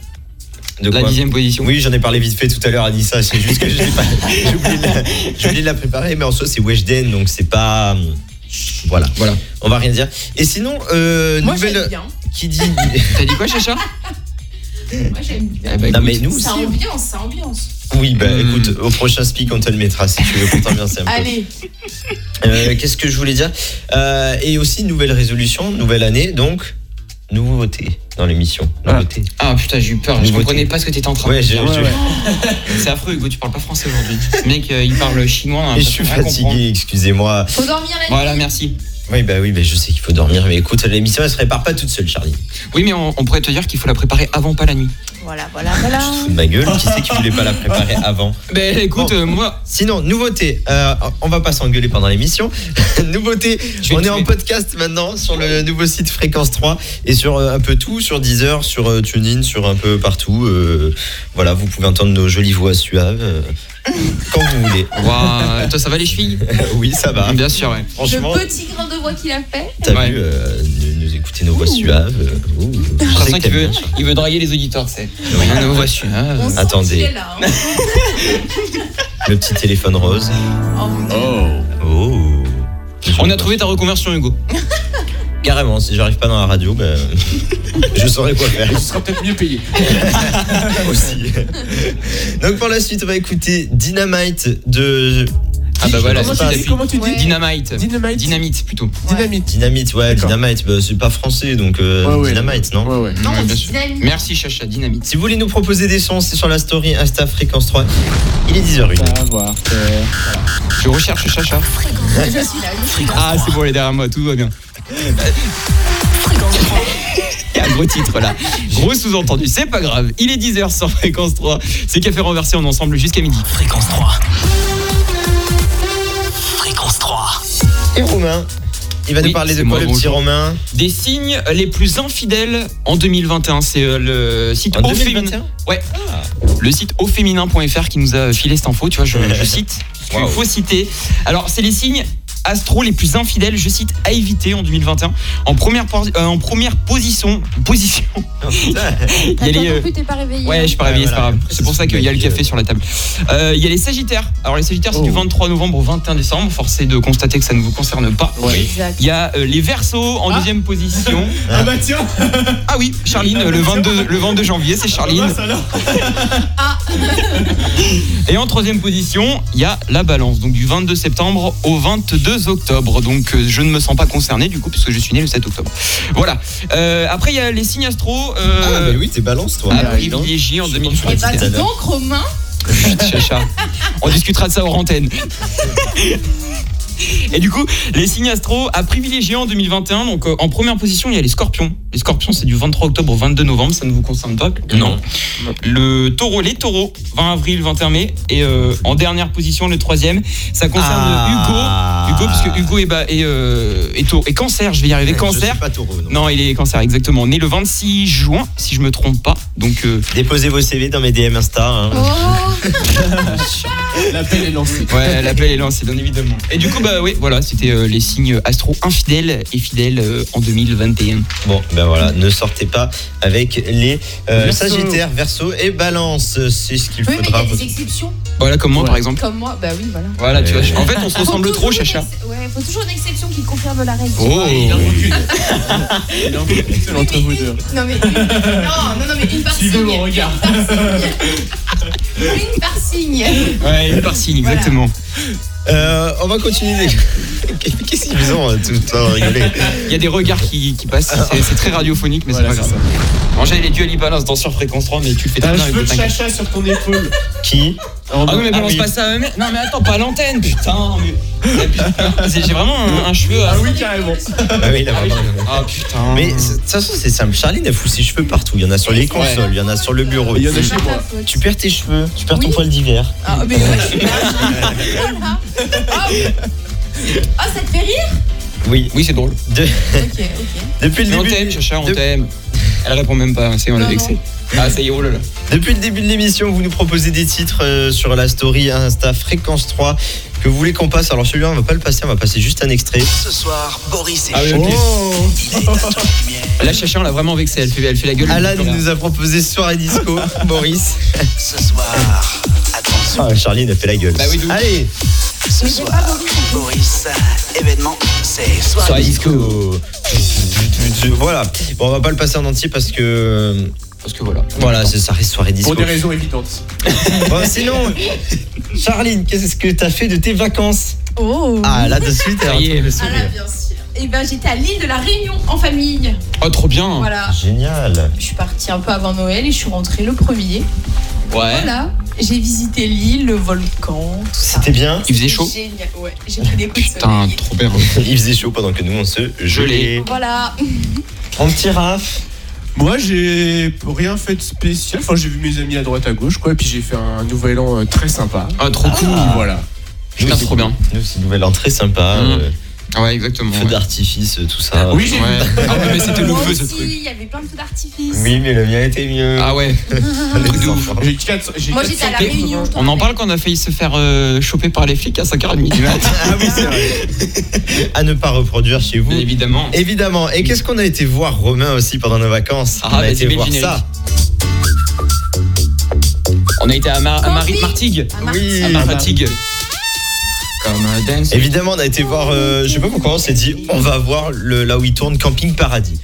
[SPEAKER 3] De
[SPEAKER 2] la
[SPEAKER 3] quoi
[SPEAKER 2] dixième position.
[SPEAKER 3] Oui, j'en ai parlé vite fait tout à l'heure à Nissa, c'est juste que je l'ai pas- j'ai oublié, de la- j'ai oublié de la préparer, mais en soi, c'est Weshden, donc c'est pas. Voilà,
[SPEAKER 2] Voilà.
[SPEAKER 3] on va rien dire. Et sinon, euh,
[SPEAKER 5] Moi, j'aime
[SPEAKER 3] nouvelle.
[SPEAKER 5] bien.
[SPEAKER 3] Qui dit.
[SPEAKER 2] T'as dit quoi, Chacha
[SPEAKER 5] Moi, j'aime bien.
[SPEAKER 2] Eh ben,
[SPEAKER 3] non,
[SPEAKER 2] écoute,
[SPEAKER 3] mais nous aussi.
[SPEAKER 5] Ça ambiance, ça ambiance.
[SPEAKER 3] Oui, bah
[SPEAKER 2] Hmm.
[SPEAKER 3] écoute, au prochain speak, on te le mettra si tu veux qu'on t'ambiance un peu.
[SPEAKER 5] Allez,
[SPEAKER 3] Euh, Qu'est-ce que je voulais dire Euh, Et aussi, nouvelle résolution, nouvelle année, donc, nouveauté dans l'émission. Nouveauté.
[SPEAKER 2] Ah putain, j'ai eu peur, je
[SPEAKER 3] Nouveauté.
[SPEAKER 2] comprenais pas ce que t'étais en train
[SPEAKER 3] Ouais,
[SPEAKER 2] de
[SPEAKER 3] je,
[SPEAKER 2] dire.
[SPEAKER 3] je-
[SPEAKER 2] C'est affreux, Hugo, tu parles pas français aujourd'hui. Le mec, euh, il parle chinois. on a
[SPEAKER 3] je
[SPEAKER 2] l'impression
[SPEAKER 3] suis
[SPEAKER 2] de rien comprendre.
[SPEAKER 3] fatigué, excusez-moi.
[SPEAKER 5] faut dormir la nuit.
[SPEAKER 2] Voilà, merci.
[SPEAKER 3] Oui, bah oui, bah, je sais qu'il faut dormir, mais écoute, l'émission, elle se répare pas toute seule, Charlie.
[SPEAKER 2] Oui, mais on, on pourrait te dire qu'il faut la préparer avant pas la nuit.
[SPEAKER 5] Voilà, voilà, voilà.
[SPEAKER 3] Tu te fous de ma gueule, qui c'est qui voulait pas la préparer avant
[SPEAKER 2] Ben écoute,
[SPEAKER 3] Bon.
[SPEAKER 2] euh, moi,
[SPEAKER 3] Sinon, nouveauté, euh, on va pas s'engueuler pendant l'émission. nouveauté,
[SPEAKER 2] Je vais
[SPEAKER 3] on
[SPEAKER 2] te
[SPEAKER 3] est en
[SPEAKER 2] tuer.
[SPEAKER 3] podcast maintenant sur le nouveau site Fréquence 3 et sur euh, un peu tout, sur Deezer, sur euh, TuneIn, sur un peu partout. euh, voilà, vous pouvez entendre nos jolies voix suaves euh, quand vous voulez.
[SPEAKER 2] Ouah, toi ça va les chevilles
[SPEAKER 3] oui, ça va.
[SPEAKER 2] Bien sûr, ouais.
[SPEAKER 3] Franchement,
[SPEAKER 5] Le petit grain de voix qu'il a fait.
[SPEAKER 3] t'as
[SPEAKER 2] Ouais.
[SPEAKER 3] vu, euh, nous, nous écouter nos voix suaves. euh, ouh, je sais
[SPEAKER 2] J'ai
[SPEAKER 3] que
[SPEAKER 2] qu'il
[SPEAKER 3] t'aimes
[SPEAKER 2] veut,
[SPEAKER 3] bien ça.
[SPEAKER 2] il veut draguer les auditeurs, c'est. Ah, non, voici, ah,
[SPEAKER 5] On sent
[SPEAKER 3] Attendez.
[SPEAKER 5] qu'il est là. hein.
[SPEAKER 3] Le petit téléphone rose.
[SPEAKER 5] Oh, mon Dieu.
[SPEAKER 1] Oh.
[SPEAKER 3] Oh.
[SPEAKER 2] On a trouvé ta reconversion, Hugo.
[SPEAKER 3] Carrément, si j'arrive pas dans la radio, ben, je saurais quoi faire.
[SPEAKER 1] Ce sera peut-être mieux payé.
[SPEAKER 3] aussi. Donc pour la suite, on va écouter Dynamite de.
[SPEAKER 2] Ah bah voilà,
[SPEAKER 3] Je sais
[SPEAKER 1] Comment
[SPEAKER 3] pas,
[SPEAKER 1] tu dis Comment tu
[SPEAKER 2] c'est-
[SPEAKER 1] dis
[SPEAKER 5] Ouais.
[SPEAKER 2] Dynamite.
[SPEAKER 1] Dynamite.
[SPEAKER 2] Dynamite plutôt.
[SPEAKER 1] Dynamite.
[SPEAKER 3] Dynamite, ouais,
[SPEAKER 1] D'accord.
[SPEAKER 3] Dynamite, bah, c'est pas français donc euh,
[SPEAKER 1] Ouais, ouais.
[SPEAKER 3] Dynamite, non
[SPEAKER 1] Ouais, ouais.
[SPEAKER 5] Non,
[SPEAKER 2] Ouais,
[SPEAKER 5] on
[SPEAKER 2] bien
[SPEAKER 5] dit
[SPEAKER 2] sûr.
[SPEAKER 5] dynamique.
[SPEAKER 2] Merci Chacha, Dynamite.
[SPEAKER 3] Si vous voulez nous proposer des sons, c'est sur la story Insta Fréquence 3. Il est 10h01.
[SPEAKER 1] Savoir faire.
[SPEAKER 2] Je recherche Chacha.
[SPEAKER 5] Je suis là.
[SPEAKER 2] Ah, c'est bon, elle est derrière moi, tout va bien. Il y a un gros titre là. Gros sous-entendu, c'est pas grave. Il est 10h sur Fréquence 3. C'est Café Renversé, on est ensemble jusqu'à midi.
[SPEAKER 6] Fréquence 3. Fréquence 3.
[SPEAKER 3] Et Romain, il va
[SPEAKER 2] Oui,
[SPEAKER 3] nous parler de
[SPEAKER 2] c'est
[SPEAKER 3] quoi
[SPEAKER 2] moi,
[SPEAKER 3] le petit
[SPEAKER 2] bonjour.
[SPEAKER 3] Romain
[SPEAKER 2] Des signes les plus infidèles en 2021. C'est euh, le site
[SPEAKER 3] En
[SPEAKER 2] au féminin.
[SPEAKER 3] 2021
[SPEAKER 2] Ouais.
[SPEAKER 3] Ah.
[SPEAKER 2] Le site auféminin.fr qui nous a filé cette info. Tu vois, je, je cite. Il
[SPEAKER 3] Waouh.
[SPEAKER 2] faut citer. Alors, c'est les signes astro les plus infidèles, je cite, à éviter en 2021. En première, por- euh, en première position, position,
[SPEAKER 3] Oh, putain.
[SPEAKER 2] il y a les, euh,
[SPEAKER 5] t'es pas réveillé. hein.
[SPEAKER 2] Ouais, je suis pas
[SPEAKER 3] hein. Ouais,
[SPEAKER 2] réveillé, c'est pas grave.
[SPEAKER 3] voilà. Après,
[SPEAKER 2] C'est pour
[SPEAKER 3] c'est
[SPEAKER 2] ça qu'il y a le
[SPEAKER 3] une
[SPEAKER 2] café
[SPEAKER 3] blague,
[SPEAKER 2] sur la table. Euh, Il y a les Sagittaires. Alors, les Sagittaires, c'est
[SPEAKER 1] Oh.
[SPEAKER 2] du 23 novembre au 21 décembre. Forcé de constater que ça ne vous concerne pas.
[SPEAKER 5] Exact.
[SPEAKER 2] Il y a euh, les Verseaux en deuxième position.
[SPEAKER 4] Ah bah tiens
[SPEAKER 2] Ah oui, Charline,
[SPEAKER 3] Euh,
[SPEAKER 2] le 22, le 22 janvier, c'est
[SPEAKER 3] Ah,
[SPEAKER 2] Charline.
[SPEAKER 4] mince alors
[SPEAKER 2] Et en troisième position, il y a la Balance, donc du 22 septembre au 22 octobre. Donc euh, je ne me sens pas concerné du coup, puisque je suis né le 7 octobre. Voilà. Euh, après, il y a les signes astro
[SPEAKER 3] Ah,
[SPEAKER 2] euh,
[SPEAKER 3] bah oui, t'es balance toi.
[SPEAKER 2] à
[SPEAKER 1] bah oui,
[SPEAKER 2] privilégier en
[SPEAKER 3] Je pense
[SPEAKER 2] 2021.
[SPEAKER 5] Et bah,
[SPEAKER 3] Tout à
[SPEAKER 5] dis
[SPEAKER 3] l'heure.
[SPEAKER 5] donc, Romain,
[SPEAKER 2] Chut, Chacha. On discutera de ça hors antenne. Et du coup, les signes astro à privilégier en 2021. Donc, euh, en première position, il y a les scorpions. Les scorpions, c'est du 23 octobre au 22 novembre. Ça ne vous concerne pas
[SPEAKER 3] Non.
[SPEAKER 2] Le taureau, les taureaux, 20 avril, 21 mai. Et euh, en dernière position, le troisième, ça concerne
[SPEAKER 3] Ah.
[SPEAKER 2] Hugo. Hugo, parce que Hugo est, bah, est, euh, est taureau- est cancer. Je vais y arriver.
[SPEAKER 3] Je
[SPEAKER 2] Cancer.
[SPEAKER 3] suis pas taureau, non.
[SPEAKER 2] Non, il est cancer, exactement. Né le 26 juin, si je me trompe pas. Donc, euh,
[SPEAKER 3] Déposez vos CV dans mes DM Insta. hein.
[SPEAKER 1] L'appel est lancé.
[SPEAKER 2] Ouais, l'appel est lancé, bien évidemment. Et du coup, bah oui, voilà, c'était euh, les signes astro infidèles et fidèles euh, en 2021.
[SPEAKER 3] Bon, ben voilà, ne sortez pas avec les euh,
[SPEAKER 1] Verseau.
[SPEAKER 3] Sagittaire, Verseau et Balance. C'est ce qu'il
[SPEAKER 5] oui, mais il y
[SPEAKER 3] faudra.
[SPEAKER 5] a des exceptions
[SPEAKER 2] Voilà, comme moi,
[SPEAKER 1] Ouais.
[SPEAKER 2] par exemple.
[SPEAKER 5] comme moi. Bah oui, voilà.
[SPEAKER 2] Voilà, tu vois.
[SPEAKER 3] Euh.
[SPEAKER 2] En fait, on se ressemble
[SPEAKER 5] Faut
[SPEAKER 2] trop,
[SPEAKER 5] toujours
[SPEAKER 2] Chacha.
[SPEAKER 5] une ex- Ouais, faut toujours une exception qui confirme la règle.
[SPEAKER 2] Oh,
[SPEAKER 1] Il en manque une. Il en manque une seule entre vous deux.
[SPEAKER 5] Non, mais une... non, non, non, mais une par
[SPEAKER 1] Suivez
[SPEAKER 5] signe.
[SPEAKER 1] mon regard.
[SPEAKER 5] Une par signe.
[SPEAKER 2] Ouais, une par signe,
[SPEAKER 5] Voilà.
[SPEAKER 2] exactement.
[SPEAKER 3] Euh, on va continuer. Qu'est-ce qu'ils ont euh, tout le temps à rigoler
[SPEAKER 2] Il y a des regards qui, qui passent, c'est- c'est très radiophonique, mais
[SPEAKER 1] Voilà,
[SPEAKER 2] c'est pas
[SPEAKER 1] c'est
[SPEAKER 2] grave. Angèle et Duali balance dans sur fréquence 3, mais tu le fais très
[SPEAKER 1] T'as un
[SPEAKER 2] bien avec
[SPEAKER 1] cheveu
[SPEAKER 2] le
[SPEAKER 1] de
[SPEAKER 2] tingle.
[SPEAKER 1] chacha sur ton épaule.
[SPEAKER 3] Qui
[SPEAKER 2] Ah oui, mais balance pas ça. euh, mais- Non, mais attends, pas à l'antenne, putain. mais- C'est- J'ai vraiment un, un cheveu à.
[SPEAKER 1] Ah oui, carrément.
[SPEAKER 3] Ah oui, là, vraiment.
[SPEAKER 2] Ah putain.
[SPEAKER 3] Mais c'est- de toute façon, c'est simple. Charline, elle fout ses cheveux partout. Il y en a sur les consoles, il y en a sur le bureau.
[SPEAKER 1] Il y en a
[SPEAKER 5] C'est
[SPEAKER 1] chez
[SPEAKER 5] pas
[SPEAKER 1] moi.
[SPEAKER 5] ma faute.
[SPEAKER 3] Tu perds tes cheveux, tu perds ton
[SPEAKER 5] Oui.
[SPEAKER 3] poil d'hiver.
[SPEAKER 5] Ah, mais ouais, je suis là. Voilà. Ah, oui. Ah, Oh. ça te fait rire
[SPEAKER 3] Oui.
[SPEAKER 2] Oui, c'est drôle.
[SPEAKER 3] De-
[SPEAKER 5] Ok, ok.
[SPEAKER 3] depuis le
[SPEAKER 2] Mais on
[SPEAKER 3] début.
[SPEAKER 2] t'aime, Chacha, on
[SPEAKER 3] de-
[SPEAKER 2] t'aime. Elle répond même pas, hein, c'est on l'a
[SPEAKER 5] Non,
[SPEAKER 2] vexé. Ah, ça y est, oh là là.
[SPEAKER 3] Depuis le début de l'émission, vous nous proposez des titres euh, sur la story Insta Fréquence 3 que vous voulez qu'on passe. Alors celui-là, on va pas le passer, on va passer juste un extrait.
[SPEAKER 6] Ce soir, Boris et
[SPEAKER 2] Ah oui,
[SPEAKER 6] Jean-
[SPEAKER 2] ok.
[SPEAKER 3] Oh
[SPEAKER 6] Il est à toute lumière.
[SPEAKER 2] Là, Chacha, on l'a vraiment vexé. Elle fait, elle fait la gueule.
[SPEAKER 3] Alan
[SPEAKER 2] Elle dit plus rien.
[SPEAKER 3] nous a proposé Soirée Disco, Boris.
[SPEAKER 6] Ce soir, attention.
[SPEAKER 3] Ah, Charline a fait la gueule.
[SPEAKER 2] Bah oui, d'où
[SPEAKER 3] Allez,
[SPEAKER 6] Ce
[SPEAKER 5] Mais j'ai pas
[SPEAKER 6] soir, Boris, euh, événement, c'est soir.
[SPEAKER 2] Soirée
[SPEAKER 3] disco. Voilà. Bon, on va pas le passer en entier parce que euh,
[SPEAKER 2] Parce que voilà.
[SPEAKER 3] voilà, c'est- ça reste Soirée Disco.
[SPEAKER 4] Pour des raisons évidentes.
[SPEAKER 3] Bon, sinon, Charline, qu'est-ce que t'as fait de tes vacances
[SPEAKER 5] Oh
[SPEAKER 3] Ah, là de suite.
[SPEAKER 2] Ça
[SPEAKER 3] alors.
[SPEAKER 2] y est, le
[SPEAKER 5] Ah là,
[SPEAKER 2] sourire.
[SPEAKER 5] bien sûr. Et ben j'étais à l'île de la Réunion en famille.
[SPEAKER 2] Oh, trop bien.
[SPEAKER 5] Voilà.
[SPEAKER 3] Génial.
[SPEAKER 5] Je suis partie un peu avant Noël et je suis rentrée le premier.
[SPEAKER 2] Ouais.
[SPEAKER 5] Voilà. J'ai visité l'île, le volcan, tout ça.
[SPEAKER 3] C'était bien.
[SPEAKER 2] Il faisait chaud.
[SPEAKER 5] Génial. Ouais, j'ai pris des coups de
[SPEAKER 2] Putain,
[SPEAKER 5] soleil.
[SPEAKER 2] trop bien.
[SPEAKER 3] Il faisait chaud pendant que nous on se gelait.
[SPEAKER 5] Voilà.
[SPEAKER 3] En petit raf.
[SPEAKER 4] Moi, j'ai rien fait de spécial. Enfin, j'ai vu mes amis à droite, à gauche, quoi. Et puis j'ai fait un nouvel an euh, très sympa.
[SPEAKER 2] Ah, trop cool.
[SPEAKER 4] Cool, voilà.
[SPEAKER 2] Putain,
[SPEAKER 3] Nous,
[SPEAKER 2] trop bien.
[SPEAKER 3] Nous, c'est une nouvelle entrée sympa.
[SPEAKER 2] Mmh.
[SPEAKER 3] euh,
[SPEAKER 2] Ouais, exactement.
[SPEAKER 3] feu
[SPEAKER 2] ouais.
[SPEAKER 3] d'artifice, tout ça.
[SPEAKER 4] Oui, j'ai
[SPEAKER 2] Ouais. Ah ouais, mais c'était le
[SPEAKER 5] Moi
[SPEAKER 2] feu ce
[SPEAKER 5] aussi,
[SPEAKER 2] truc.
[SPEAKER 5] Il y avait plein de feux d'artifice.
[SPEAKER 3] Oui, mais le mien était mieux.
[SPEAKER 2] Ah ouais,
[SPEAKER 3] Les
[SPEAKER 2] truc de ouf.
[SPEAKER 3] enfants.
[SPEAKER 4] J'ai 4 j'ai
[SPEAKER 5] Moi j'étais à la
[SPEAKER 4] 480.
[SPEAKER 5] Réunion. je te
[SPEAKER 2] on en parle
[SPEAKER 5] rappelle.
[SPEAKER 2] qu'on a failli se faire euh, choper par les flics à 5h30 du matin.
[SPEAKER 4] Ah oui, c'est vrai.
[SPEAKER 3] À ne pas reproduire chez vous.
[SPEAKER 2] Bien évidemment.
[SPEAKER 3] Évidemment. Et qu'est-ce qu'on a été voir Romain aussi pendant nos vacances
[SPEAKER 2] Ah,
[SPEAKER 3] On a
[SPEAKER 4] bah,
[SPEAKER 2] vas-y,
[SPEAKER 3] été
[SPEAKER 2] mets le
[SPEAKER 3] voir
[SPEAKER 2] générique.
[SPEAKER 3] ça.
[SPEAKER 2] On a été à, Mar à Marie- Martigues.
[SPEAKER 5] À Marseille.
[SPEAKER 3] Oui.
[SPEAKER 2] À Martigues. Comme un dance.
[SPEAKER 3] Évidemment, on a été voir. euh, je sais pas pourquoi on s'est dit, on va voir le, là où il tourne Camping Paradis.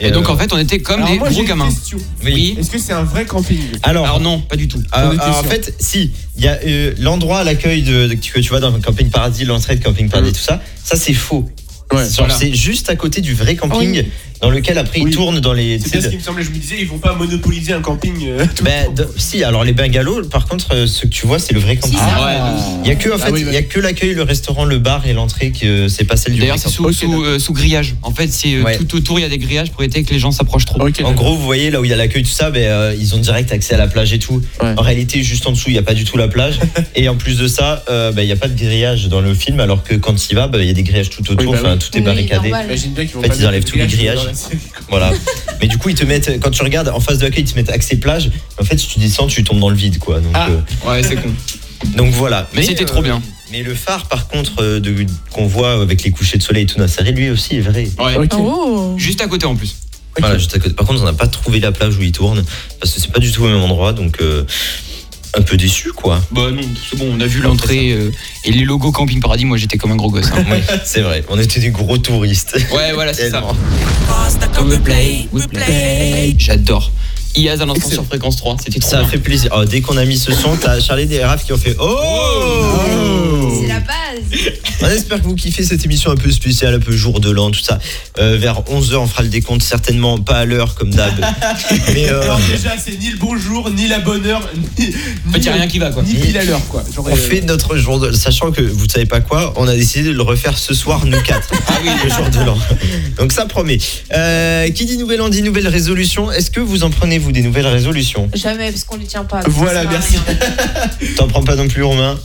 [SPEAKER 2] Et donc
[SPEAKER 3] euh,
[SPEAKER 2] en fait, on était comme
[SPEAKER 4] Alors,
[SPEAKER 2] des
[SPEAKER 4] moi, j'ai
[SPEAKER 2] gros
[SPEAKER 4] une
[SPEAKER 2] gamins.
[SPEAKER 4] question.
[SPEAKER 3] oui.
[SPEAKER 4] Est-ce que c'est un vrai camping
[SPEAKER 3] Alors,
[SPEAKER 2] Alors non, pas du tout.
[SPEAKER 3] euh,
[SPEAKER 4] on était
[SPEAKER 3] alors, en
[SPEAKER 4] sûr.
[SPEAKER 3] fait, si, il y a euh, l'endroit à l'accueil de, de- que tu vois dans Camping Paradis, l'entrée de Camping Paradis,
[SPEAKER 2] Mm.
[SPEAKER 3] tout ça, ça c'est faux.
[SPEAKER 4] Ouais, Ah
[SPEAKER 3] Genre,
[SPEAKER 2] voilà.
[SPEAKER 3] C'est juste à côté du vrai camping dans lequel après
[SPEAKER 4] Oui.
[SPEAKER 3] ils tournent dans les.
[SPEAKER 4] C'est
[SPEAKER 3] tu sais,
[SPEAKER 4] bien ce qui me semblait. Je me disais, ils vont pas monopoliser un camping. euh, tout le
[SPEAKER 3] Ben,
[SPEAKER 4] temps.
[SPEAKER 3] de- si, alors les bungalows, par contre, euh, ce que tu vois, c'est le vrai
[SPEAKER 5] Si,
[SPEAKER 3] camping.
[SPEAKER 5] ça va.
[SPEAKER 2] ouais.
[SPEAKER 3] Il y a que, en
[SPEAKER 4] Ah
[SPEAKER 3] fait,
[SPEAKER 4] oui,
[SPEAKER 3] il
[SPEAKER 4] bah.
[SPEAKER 3] y a que l'accueil, le restaurant, le bar et l'entrée que c'est pas celle du vrai
[SPEAKER 2] D'ailleurs, c'est
[SPEAKER 3] camping.
[SPEAKER 2] sous, sous, euh, sous grillage. En fait, c'est euh,
[SPEAKER 3] Ouais.
[SPEAKER 2] tout autour, il y a des grillages pour éviter que les gens s'approchent trop.
[SPEAKER 4] Ok.
[SPEAKER 3] En gros, vous voyez là où il y a l'accueil, tout ça, ben, euh, ils ont direct accès à la plage et tout.
[SPEAKER 4] Ouais.
[SPEAKER 3] En réalité, juste en dessous, il n'y a pas du tout la plage. et en plus de ça, euh, ben, il n'y a pas de grillage dans le film, alors que quand il va, ben, il y a des grillages tout autour,
[SPEAKER 4] Oui, bah
[SPEAKER 3] enfin,
[SPEAKER 4] oui.
[SPEAKER 3] tout est
[SPEAKER 5] Oui,
[SPEAKER 3] barricadé.
[SPEAKER 5] normal.
[SPEAKER 4] Imagine bien qu'ils vont
[SPEAKER 3] En fait,
[SPEAKER 4] pas
[SPEAKER 3] ils
[SPEAKER 4] mettre
[SPEAKER 3] enlèvent
[SPEAKER 4] de
[SPEAKER 3] tous les
[SPEAKER 4] grillage
[SPEAKER 3] grillages.
[SPEAKER 4] dans la série.
[SPEAKER 3] Voilà. Mais du coup, ils te mettent, quand tu regardes en face de l'accueil, ils te mettent accès plage. En fait, si tu descends, tu tombes dans le vide, quoi. Donc,
[SPEAKER 4] Ah.
[SPEAKER 3] euh,
[SPEAKER 2] Ouais, c'est con.
[SPEAKER 3] donc voilà. euh,
[SPEAKER 2] Mais c'était trop bien.
[SPEAKER 3] Mais le phare, par contre, euh, de- qu'on voit avec les couchers de soleil et tout dans la série, lui aussi est vrai.
[SPEAKER 2] Ouais.
[SPEAKER 4] Ok.
[SPEAKER 5] Oh.
[SPEAKER 2] Juste à côté en plus.
[SPEAKER 3] Voilà, juste à côté. Par contre, on n'a pas trouvé la plage où il tourne parce que c'est pas du tout au même endroit, donc euh, un peu déçu, quoi.
[SPEAKER 2] Bah non, c'est bon, on a vu l'entrée euh, et les logos Camping Paradis. Moi, j'étais comme un gros gosse. hein.
[SPEAKER 3] Ouais, c'est vrai. On était des gros touristes.
[SPEAKER 2] Ouais, voilà, c'est ça.
[SPEAKER 3] Tellement.
[SPEAKER 2] We play, we play. J'adore. IAS à l'instant sur fréquence 3, c'était trop
[SPEAKER 3] Ça a
[SPEAKER 2] bien.
[SPEAKER 3] fait plaisir. Oh, dès qu'on a mis ce son, t'as Charlie et Raph qui ont fait Oh
[SPEAKER 5] C'est la base.
[SPEAKER 3] On espère que vous kiffez cette émission un peu spéciale, un peu jour de l'an, tout ça. Euh, vers 11h, on fera le décompte, certainement pas à l'heure comme d'hab. Mais euh,
[SPEAKER 4] Alors déjà, c'est ni le bonjour, ni la bonne heure, ni,
[SPEAKER 2] En fait, y a rien qui va quoi.
[SPEAKER 4] ni pile à l'heure, quoi. Genre,
[SPEAKER 3] on
[SPEAKER 4] euh,
[SPEAKER 3] fait notre jour de l'an. Sachant que vous savez pas quoi, on a décidé de le refaire ce soir, nous quatre.
[SPEAKER 2] Ah oui,
[SPEAKER 3] le jour de l'an. Donc ça promet. Euh, qui dit nouvel an dit nouvelle résolution. Est-ce que vous en prenez vous des nouvelles résolutions
[SPEAKER 5] Jamais, parce qu'on les tient pas.
[SPEAKER 4] Voilà,
[SPEAKER 5] Ça
[SPEAKER 4] merci.
[SPEAKER 5] sert à rien.
[SPEAKER 3] T'en prends pas non plus Romain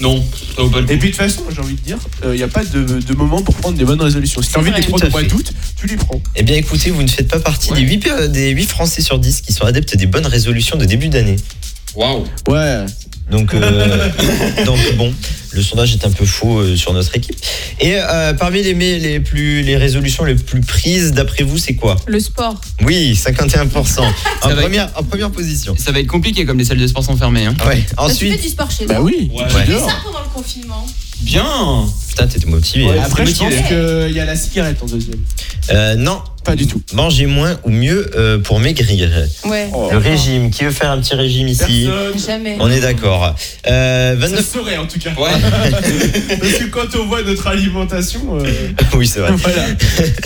[SPEAKER 2] Non, ça vaut pas le
[SPEAKER 4] Et
[SPEAKER 2] coup.
[SPEAKER 4] puis de toute façon, j'ai envie de dire, il n'y a pas de, de moment pour prendre des bonnes résolutions. Si t'as envie de les
[SPEAKER 5] vrai,
[SPEAKER 4] prendre
[SPEAKER 3] tout
[SPEAKER 4] au
[SPEAKER 3] à
[SPEAKER 4] mois
[SPEAKER 3] fait.
[SPEAKER 4] d'août, tu les prends.
[SPEAKER 3] Eh bien écoutez, vous ne faites pas partie des, 8, des 8 Français sur 10 qui sont adeptes des bonnes résolutions de début d'année.
[SPEAKER 2] Waouh.
[SPEAKER 4] Ouais.
[SPEAKER 3] Donc, euh, donc bon, le sondage est un peu faux euh, sur notre équipe. Et euh, parmi les, mais- les, plus, les résolutions les plus prises, d'après vous, c'est quoi
[SPEAKER 5] Le sport.
[SPEAKER 3] Oui, 51%. en,
[SPEAKER 2] va être-
[SPEAKER 3] première, en première position.
[SPEAKER 2] Ça va être compliqué comme les salles de sport sont fermées.
[SPEAKER 4] Ah
[SPEAKER 2] Hein.
[SPEAKER 3] Ouais.
[SPEAKER 5] Bah, tu fais
[SPEAKER 3] Ensuite,
[SPEAKER 5] du sport chez
[SPEAKER 4] Bah
[SPEAKER 5] toi.
[SPEAKER 4] oui.
[SPEAKER 2] Ouais.
[SPEAKER 4] tu fais
[SPEAKER 3] Ouais.
[SPEAKER 5] C'est
[SPEAKER 4] dehors.
[SPEAKER 5] ça pendant le confinement.
[SPEAKER 2] Bien.
[SPEAKER 3] putain, t'étais motivé.
[SPEAKER 4] Et
[SPEAKER 2] Ouais.
[SPEAKER 4] Après, je
[SPEAKER 2] motivé.
[SPEAKER 4] pense qu'il y a la cigarette en deuxième.
[SPEAKER 3] Euh, non,
[SPEAKER 4] Pas du tout.
[SPEAKER 3] manger moins ou mieux euh, pour maigrir.
[SPEAKER 5] Ouais.
[SPEAKER 4] Oh.
[SPEAKER 3] Le
[SPEAKER 5] d'accord.
[SPEAKER 3] régime, qui veut faire un petit régime ici
[SPEAKER 4] Personne.
[SPEAKER 5] Jamais.
[SPEAKER 3] On est d'accord. Euh,
[SPEAKER 4] Ça
[SPEAKER 3] 29...
[SPEAKER 4] saurait en tout cas.
[SPEAKER 2] Ouais.
[SPEAKER 4] Parce que quand on voit notre alimentation, euh,
[SPEAKER 3] Oui, c'est vrai.
[SPEAKER 4] voilà.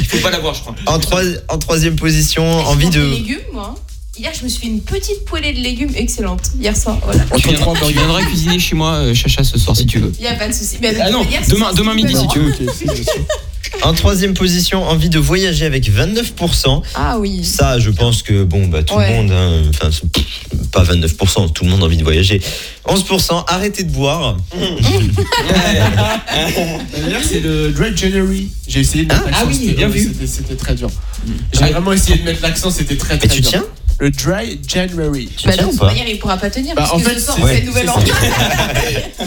[SPEAKER 2] Il faut pas l'avoir, je crois.
[SPEAKER 3] En, trois- en troisième position,
[SPEAKER 5] Je mange
[SPEAKER 3] envie
[SPEAKER 5] des
[SPEAKER 3] de...
[SPEAKER 5] légumes, moi. Hier, je me suis fait une petite poêlée de légumes excellente. Hier soir, voilà.
[SPEAKER 2] Tu
[SPEAKER 4] Entre
[SPEAKER 2] viendras,
[SPEAKER 4] trois
[SPEAKER 2] tu
[SPEAKER 4] burgers.
[SPEAKER 2] viendras cuisiner chez moi, euh, Chacha, ce soir si tu veux.
[SPEAKER 5] Il n'y a pas de souci. Mais de
[SPEAKER 2] Ah
[SPEAKER 5] toute
[SPEAKER 2] non,
[SPEAKER 5] manière,
[SPEAKER 2] demain-
[SPEAKER 5] c'est-
[SPEAKER 2] demain
[SPEAKER 5] c'est
[SPEAKER 2] midi,
[SPEAKER 5] pas
[SPEAKER 2] si
[SPEAKER 5] grave.
[SPEAKER 4] Bah,
[SPEAKER 2] tu veux.
[SPEAKER 4] Ok, c'est bien sûr.
[SPEAKER 3] En troisième position, envie de voyager avec 29%.
[SPEAKER 5] Ah oui.
[SPEAKER 3] Ça, je pense que, bon, bah, tout le
[SPEAKER 5] Ouais.
[SPEAKER 3] monde, hein, enfin, c'est- pff, pas 29%, tout le monde a envie de voyager. 11%, arrêtez de boire.
[SPEAKER 5] Mmh.
[SPEAKER 4] D'ailleurs, c'est le Dread January. J'ai essayé de mettre
[SPEAKER 2] Ah,
[SPEAKER 4] l'accent.
[SPEAKER 2] ah oui,
[SPEAKER 4] c'était-
[SPEAKER 2] bien
[SPEAKER 4] ouais,
[SPEAKER 2] vu.
[SPEAKER 4] c'était- C'était très dur. J'ai
[SPEAKER 2] Ah.
[SPEAKER 4] vraiment essayé de mettre l'accent, c'était très très
[SPEAKER 3] Mais tu
[SPEAKER 4] dur.
[SPEAKER 3] tiens
[SPEAKER 4] Le Dry January.
[SPEAKER 3] Tu
[SPEAKER 5] Bah,
[SPEAKER 3] tiens
[SPEAKER 5] de
[SPEAKER 3] ou
[SPEAKER 5] toute
[SPEAKER 3] pas
[SPEAKER 5] manière, il pourra pas tenir
[SPEAKER 4] Bah,
[SPEAKER 5] Ah, parce
[SPEAKER 4] en
[SPEAKER 5] que
[SPEAKER 4] fait,
[SPEAKER 5] je sors
[SPEAKER 4] c'est-
[SPEAKER 5] c'est
[SPEAKER 3] ouais,
[SPEAKER 5] le nouvel
[SPEAKER 4] c'est
[SPEAKER 5] an.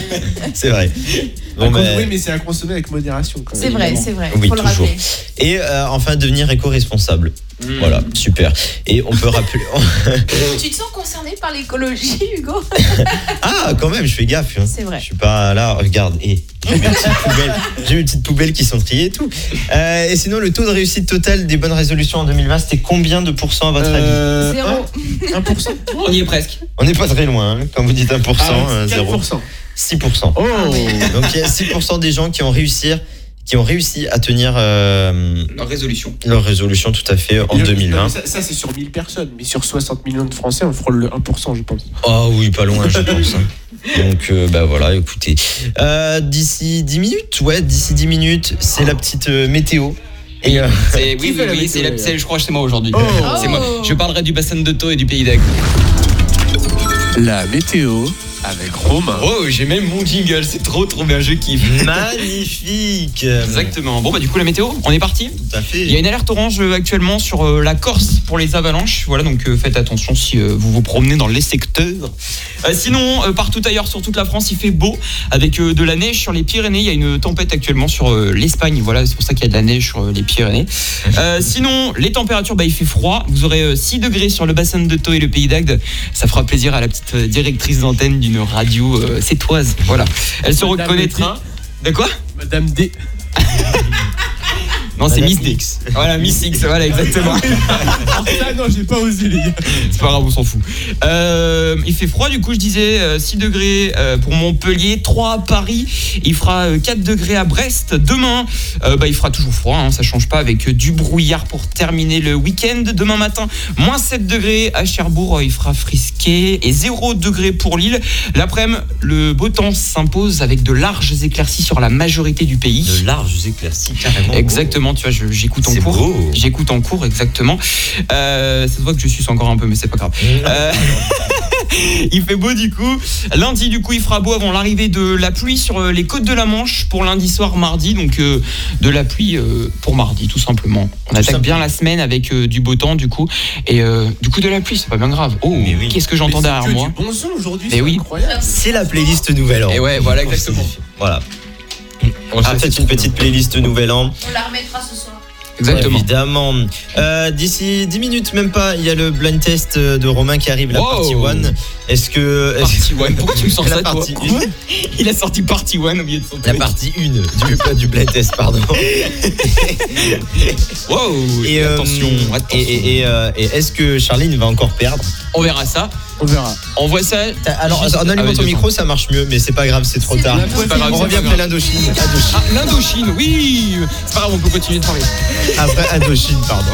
[SPEAKER 3] C'est vrai.
[SPEAKER 4] Ah,
[SPEAKER 3] Bon,
[SPEAKER 4] quand-
[SPEAKER 3] bah,
[SPEAKER 4] Oui, mais c'est à consommer avec modération. quand même,
[SPEAKER 5] C'est vrai,
[SPEAKER 4] évidemment.
[SPEAKER 5] c'est vrai.
[SPEAKER 3] Oui,
[SPEAKER 5] Faut le
[SPEAKER 3] toujours.
[SPEAKER 5] rappeler.
[SPEAKER 3] Et euh, enfin, devenir éco-responsable.
[SPEAKER 4] Hmm.
[SPEAKER 2] Mm.
[SPEAKER 3] Voilà, super. Et on peut rappeler.
[SPEAKER 5] Tu te sens concerné par l'écologie, Hugo
[SPEAKER 3] Ah, quand même, je fais gaffe. hein.
[SPEAKER 5] C'est vrai.
[SPEAKER 3] Je suis pas là, regarde, et j'ai mes petites poubelles, j'ai mes petites poubelles qui sont triées et tout. Euh, et sinon, le taux de réussite total des bonnes résolutions en 2020, c'était combien de pourcents à votre avis
[SPEAKER 4] Euh,
[SPEAKER 5] Zéro.
[SPEAKER 4] un- 1%.
[SPEAKER 2] On y est presque.
[SPEAKER 3] On n'est pas très loin, hein. quand vous dites 1%,
[SPEAKER 4] Ah,
[SPEAKER 3] euh, 0.
[SPEAKER 4] 4%.
[SPEAKER 3] 6%.
[SPEAKER 4] Oh
[SPEAKER 5] Ah,
[SPEAKER 3] Donc il y a 6% des gens qui ont réussi, qui ont réussi à tenir euh,
[SPEAKER 2] Leur résolution.
[SPEAKER 3] leur résolution tout à fait en
[SPEAKER 4] Le-
[SPEAKER 3] 2020.
[SPEAKER 4] euh, Ça, ça, c'est sur 1000 personnes, mais sur 60 millions de Français, on frôle le 1%, je pense.
[SPEAKER 3] Ah oui, pas loin, je pense. hein. Donc, euh, bah voilà, écoutez. Euh, d'ici 10 minutes, ouais, d'ici 10 minutes, c'est la petite euh, météo. Et euh,
[SPEAKER 2] C'est oui,
[SPEAKER 4] Qui fait
[SPEAKER 2] oui,
[SPEAKER 4] la
[SPEAKER 2] oui,
[SPEAKER 4] météo,
[SPEAKER 2] c'est la-
[SPEAKER 4] là
[SPEAKER 2] c'est- je crois que c'est moi aujourd'hui.
[SPEAKER 4] Oh.
[SPEAKER 2] C'est moi. Je parlerai du bassin de Thau et du pays d'Agde.
[SPEAKER 4] La météo avec Romain.
[SPEAKER 2] Oh, j'ai même mon jingle, c'est trop trop bien, je kiffe.
[SPEAKER 3] magnifique.
[SPEAKER 2] Exactement. Bon bah du coup la météo, on est parti
[SPEAKER 3] Tout à
[SPEAKER 2] Il y a
[SPEAKER 3] fait.
[SPEAKER 2] une alerte orange euh, actuellement sur euh, la Corse pour les avalanches. Voilà, donc euh, faites attention si euh, vous vous promenez dans les secteurs. Euh, sinon, euh, partout ailleurs sur toute la France, il fait beau avec euh, de la neige sur les Pyrénées. Il y a une tempête actuellement sur euh, l'Espagne. Voilà, c'est pour ça qu'il y a de la neige sur euh, les Pyrénées. Euh, sinon, les températures, bah, il fait froid. Vous aurez euh, 6 degrés sur le bassin de Thau et le pays d'Agde. Ça fera plaisir à la petite euh, directrice d'antenne d'une radio euh, sétoise. Voilà, elle se
[SPEAKER 4] Madame
[SPEAKER 2] reconnaîtra. De quoi
[SPEAKER 4] Madame D.
[SPEAKER 2] Non, c'est
[SPEAKER 3] Madame
[SPEAKER 2] Miss Dix. Voilà, Miss X, voilà, exactement.
[SPEAKER 4] Ah non, j'ai pas osé, les gars.
[SPEAKER 2] C'est pas grave, on s'en fout. Euh, il fait froid, du coup, je disais euh, 6 degrés euh, pour Montpellier, 3 à Paris, il fera euh, 4 degrés à Brest. Demain, euh, bah, il fera toujours froid, hein, ça change pas, avec euh, du brouillard pour terminer le week-end. Demain matin, moins 7 degrés à Cherbourg, euh, il fera frisquer, et 0 degrés pour Lille. L'après-midi, le beau temps s'impose avec de larges éclaircies sur la majorité du pays.
[SPEAKER 3] De larges éclaircies, carrément.
[SPEAKER 2] Exactement, tu vois, je- j'écoute en
[SPEAKER 3] C'est
[SPEAKER 2] cours.
[SPEAKER 3] beau.
[SPEAKER 2] J'écoute en cours, exactement. Euh, ça se voit que je suis encore un peu, mais c'est pas grave. Euh, il fait beau du coup. Lundi, du coup, il fera beau avant l'arrivée de la pluie sur euh, les côtes de la Manche pour lundi soir, mardi. Donc, euh, de la pluie euh, pour mardi, tout simplement. On
[SPEAKER 3] Tout
[SPEAKER 2] attaque
[SPEAKER 3] simplement.
[SPEAKER 2] bien la semaine avec euh, du beau temps, du coup. Et euh, du coup, de la pluie, c'est pas bien grave. Oh,
[SPEAKER 3] Mais oui.
[SPEAKER 2] qu'est-ce que j'entends
[SPEAKER 4] Mais
[SPEAKER 2] derrière
[SPEAKER 4] c'est que
[SPEAKER 2] moi
[SPEAKER 4] du bon son aujourd'hui,
[SPEAKER 2] Mais
[SPEAKER 4] c'est
[SPEAKER 2] oui.
[SPEAKER 4] incroyable.
[SPEAKER 3] C'est la playlist Nouvel An.
[SPEAKER 2] Et ouais, voilà, exactement.
[SPEAKER 3] Voilà.
[SPEAKER 2] On
[SPEAKER 3] Ah, faites une petite euh, playlist Nouvel An.
[SPEAKER 5] On la remettra ce soir.
[SPEAKER 2] Exactement.
[SPEAKER 3] Évidemment. Euh, D'ici 10 minutes, même pas, il y a le blind test euh, de Romain qui arrive, la
[SPEAKER 2] Wow.
[SPEAKER 3] partie 1. Est-ce que.
[SPEAKER 2] Party One. Pourquoi tu me sens
[SPEAKER 3] La
[SPEAKER 2] ça, toi
[SPEAKER 3] partie
[SPEAKER 2] Il a sorti Party One au milieu de son
[SPEAKER 3] La
[SPEAKER 2] truc.
[SPEAKER 3] partie 1 du, pas du blind test, pardon.
[SPEAKER 2] Wow,
[SPEAKER 3] Et, euh,
[SPEAKER 2] attention, attention.
[SPEAKER 3] Et, et- et, euh, et est-ce que Charline va encore perdre
[SPEAKER 2] on verra ça.
[SPEAKER 4] On verra.
[SPEAKER 2] On voit ça.
[SPEAKER 5] Euh,
[SPEAKER 3] Alors,
[SPEAKER 2] Juste-
[SPEAKER 3] en
[SPEAKER 2] Ah,
[SPEAKER 3] allumant
[SPEAKER 2] oui,
[SPEAKER 3] ton
[SPEAKER 2] deux
[SPEAKER 3] micro, ça marche mieux, mais c'est pas grave, c'est trop
[SPEAKER 5] C'est
[SPEAKER 3] tard.
[SPEAKER 5] pas grave,
[SPEAKER 2] c'est pas grave,
[SPEAKER 3] on
[SPEAKER 2] c'est
[SPEAKER 3] revient
[SPEAKER 2] pas
[SPEAKER 3] après
[SPEAKER 2] grave.
[SPEAKER 3] l'Indochine.
[SPEAKER 2] Ah, l'Indochine, oui C'est pas grave, on peut continuer de travailler.
[SPEAKER 3] Après Indochine, pardon.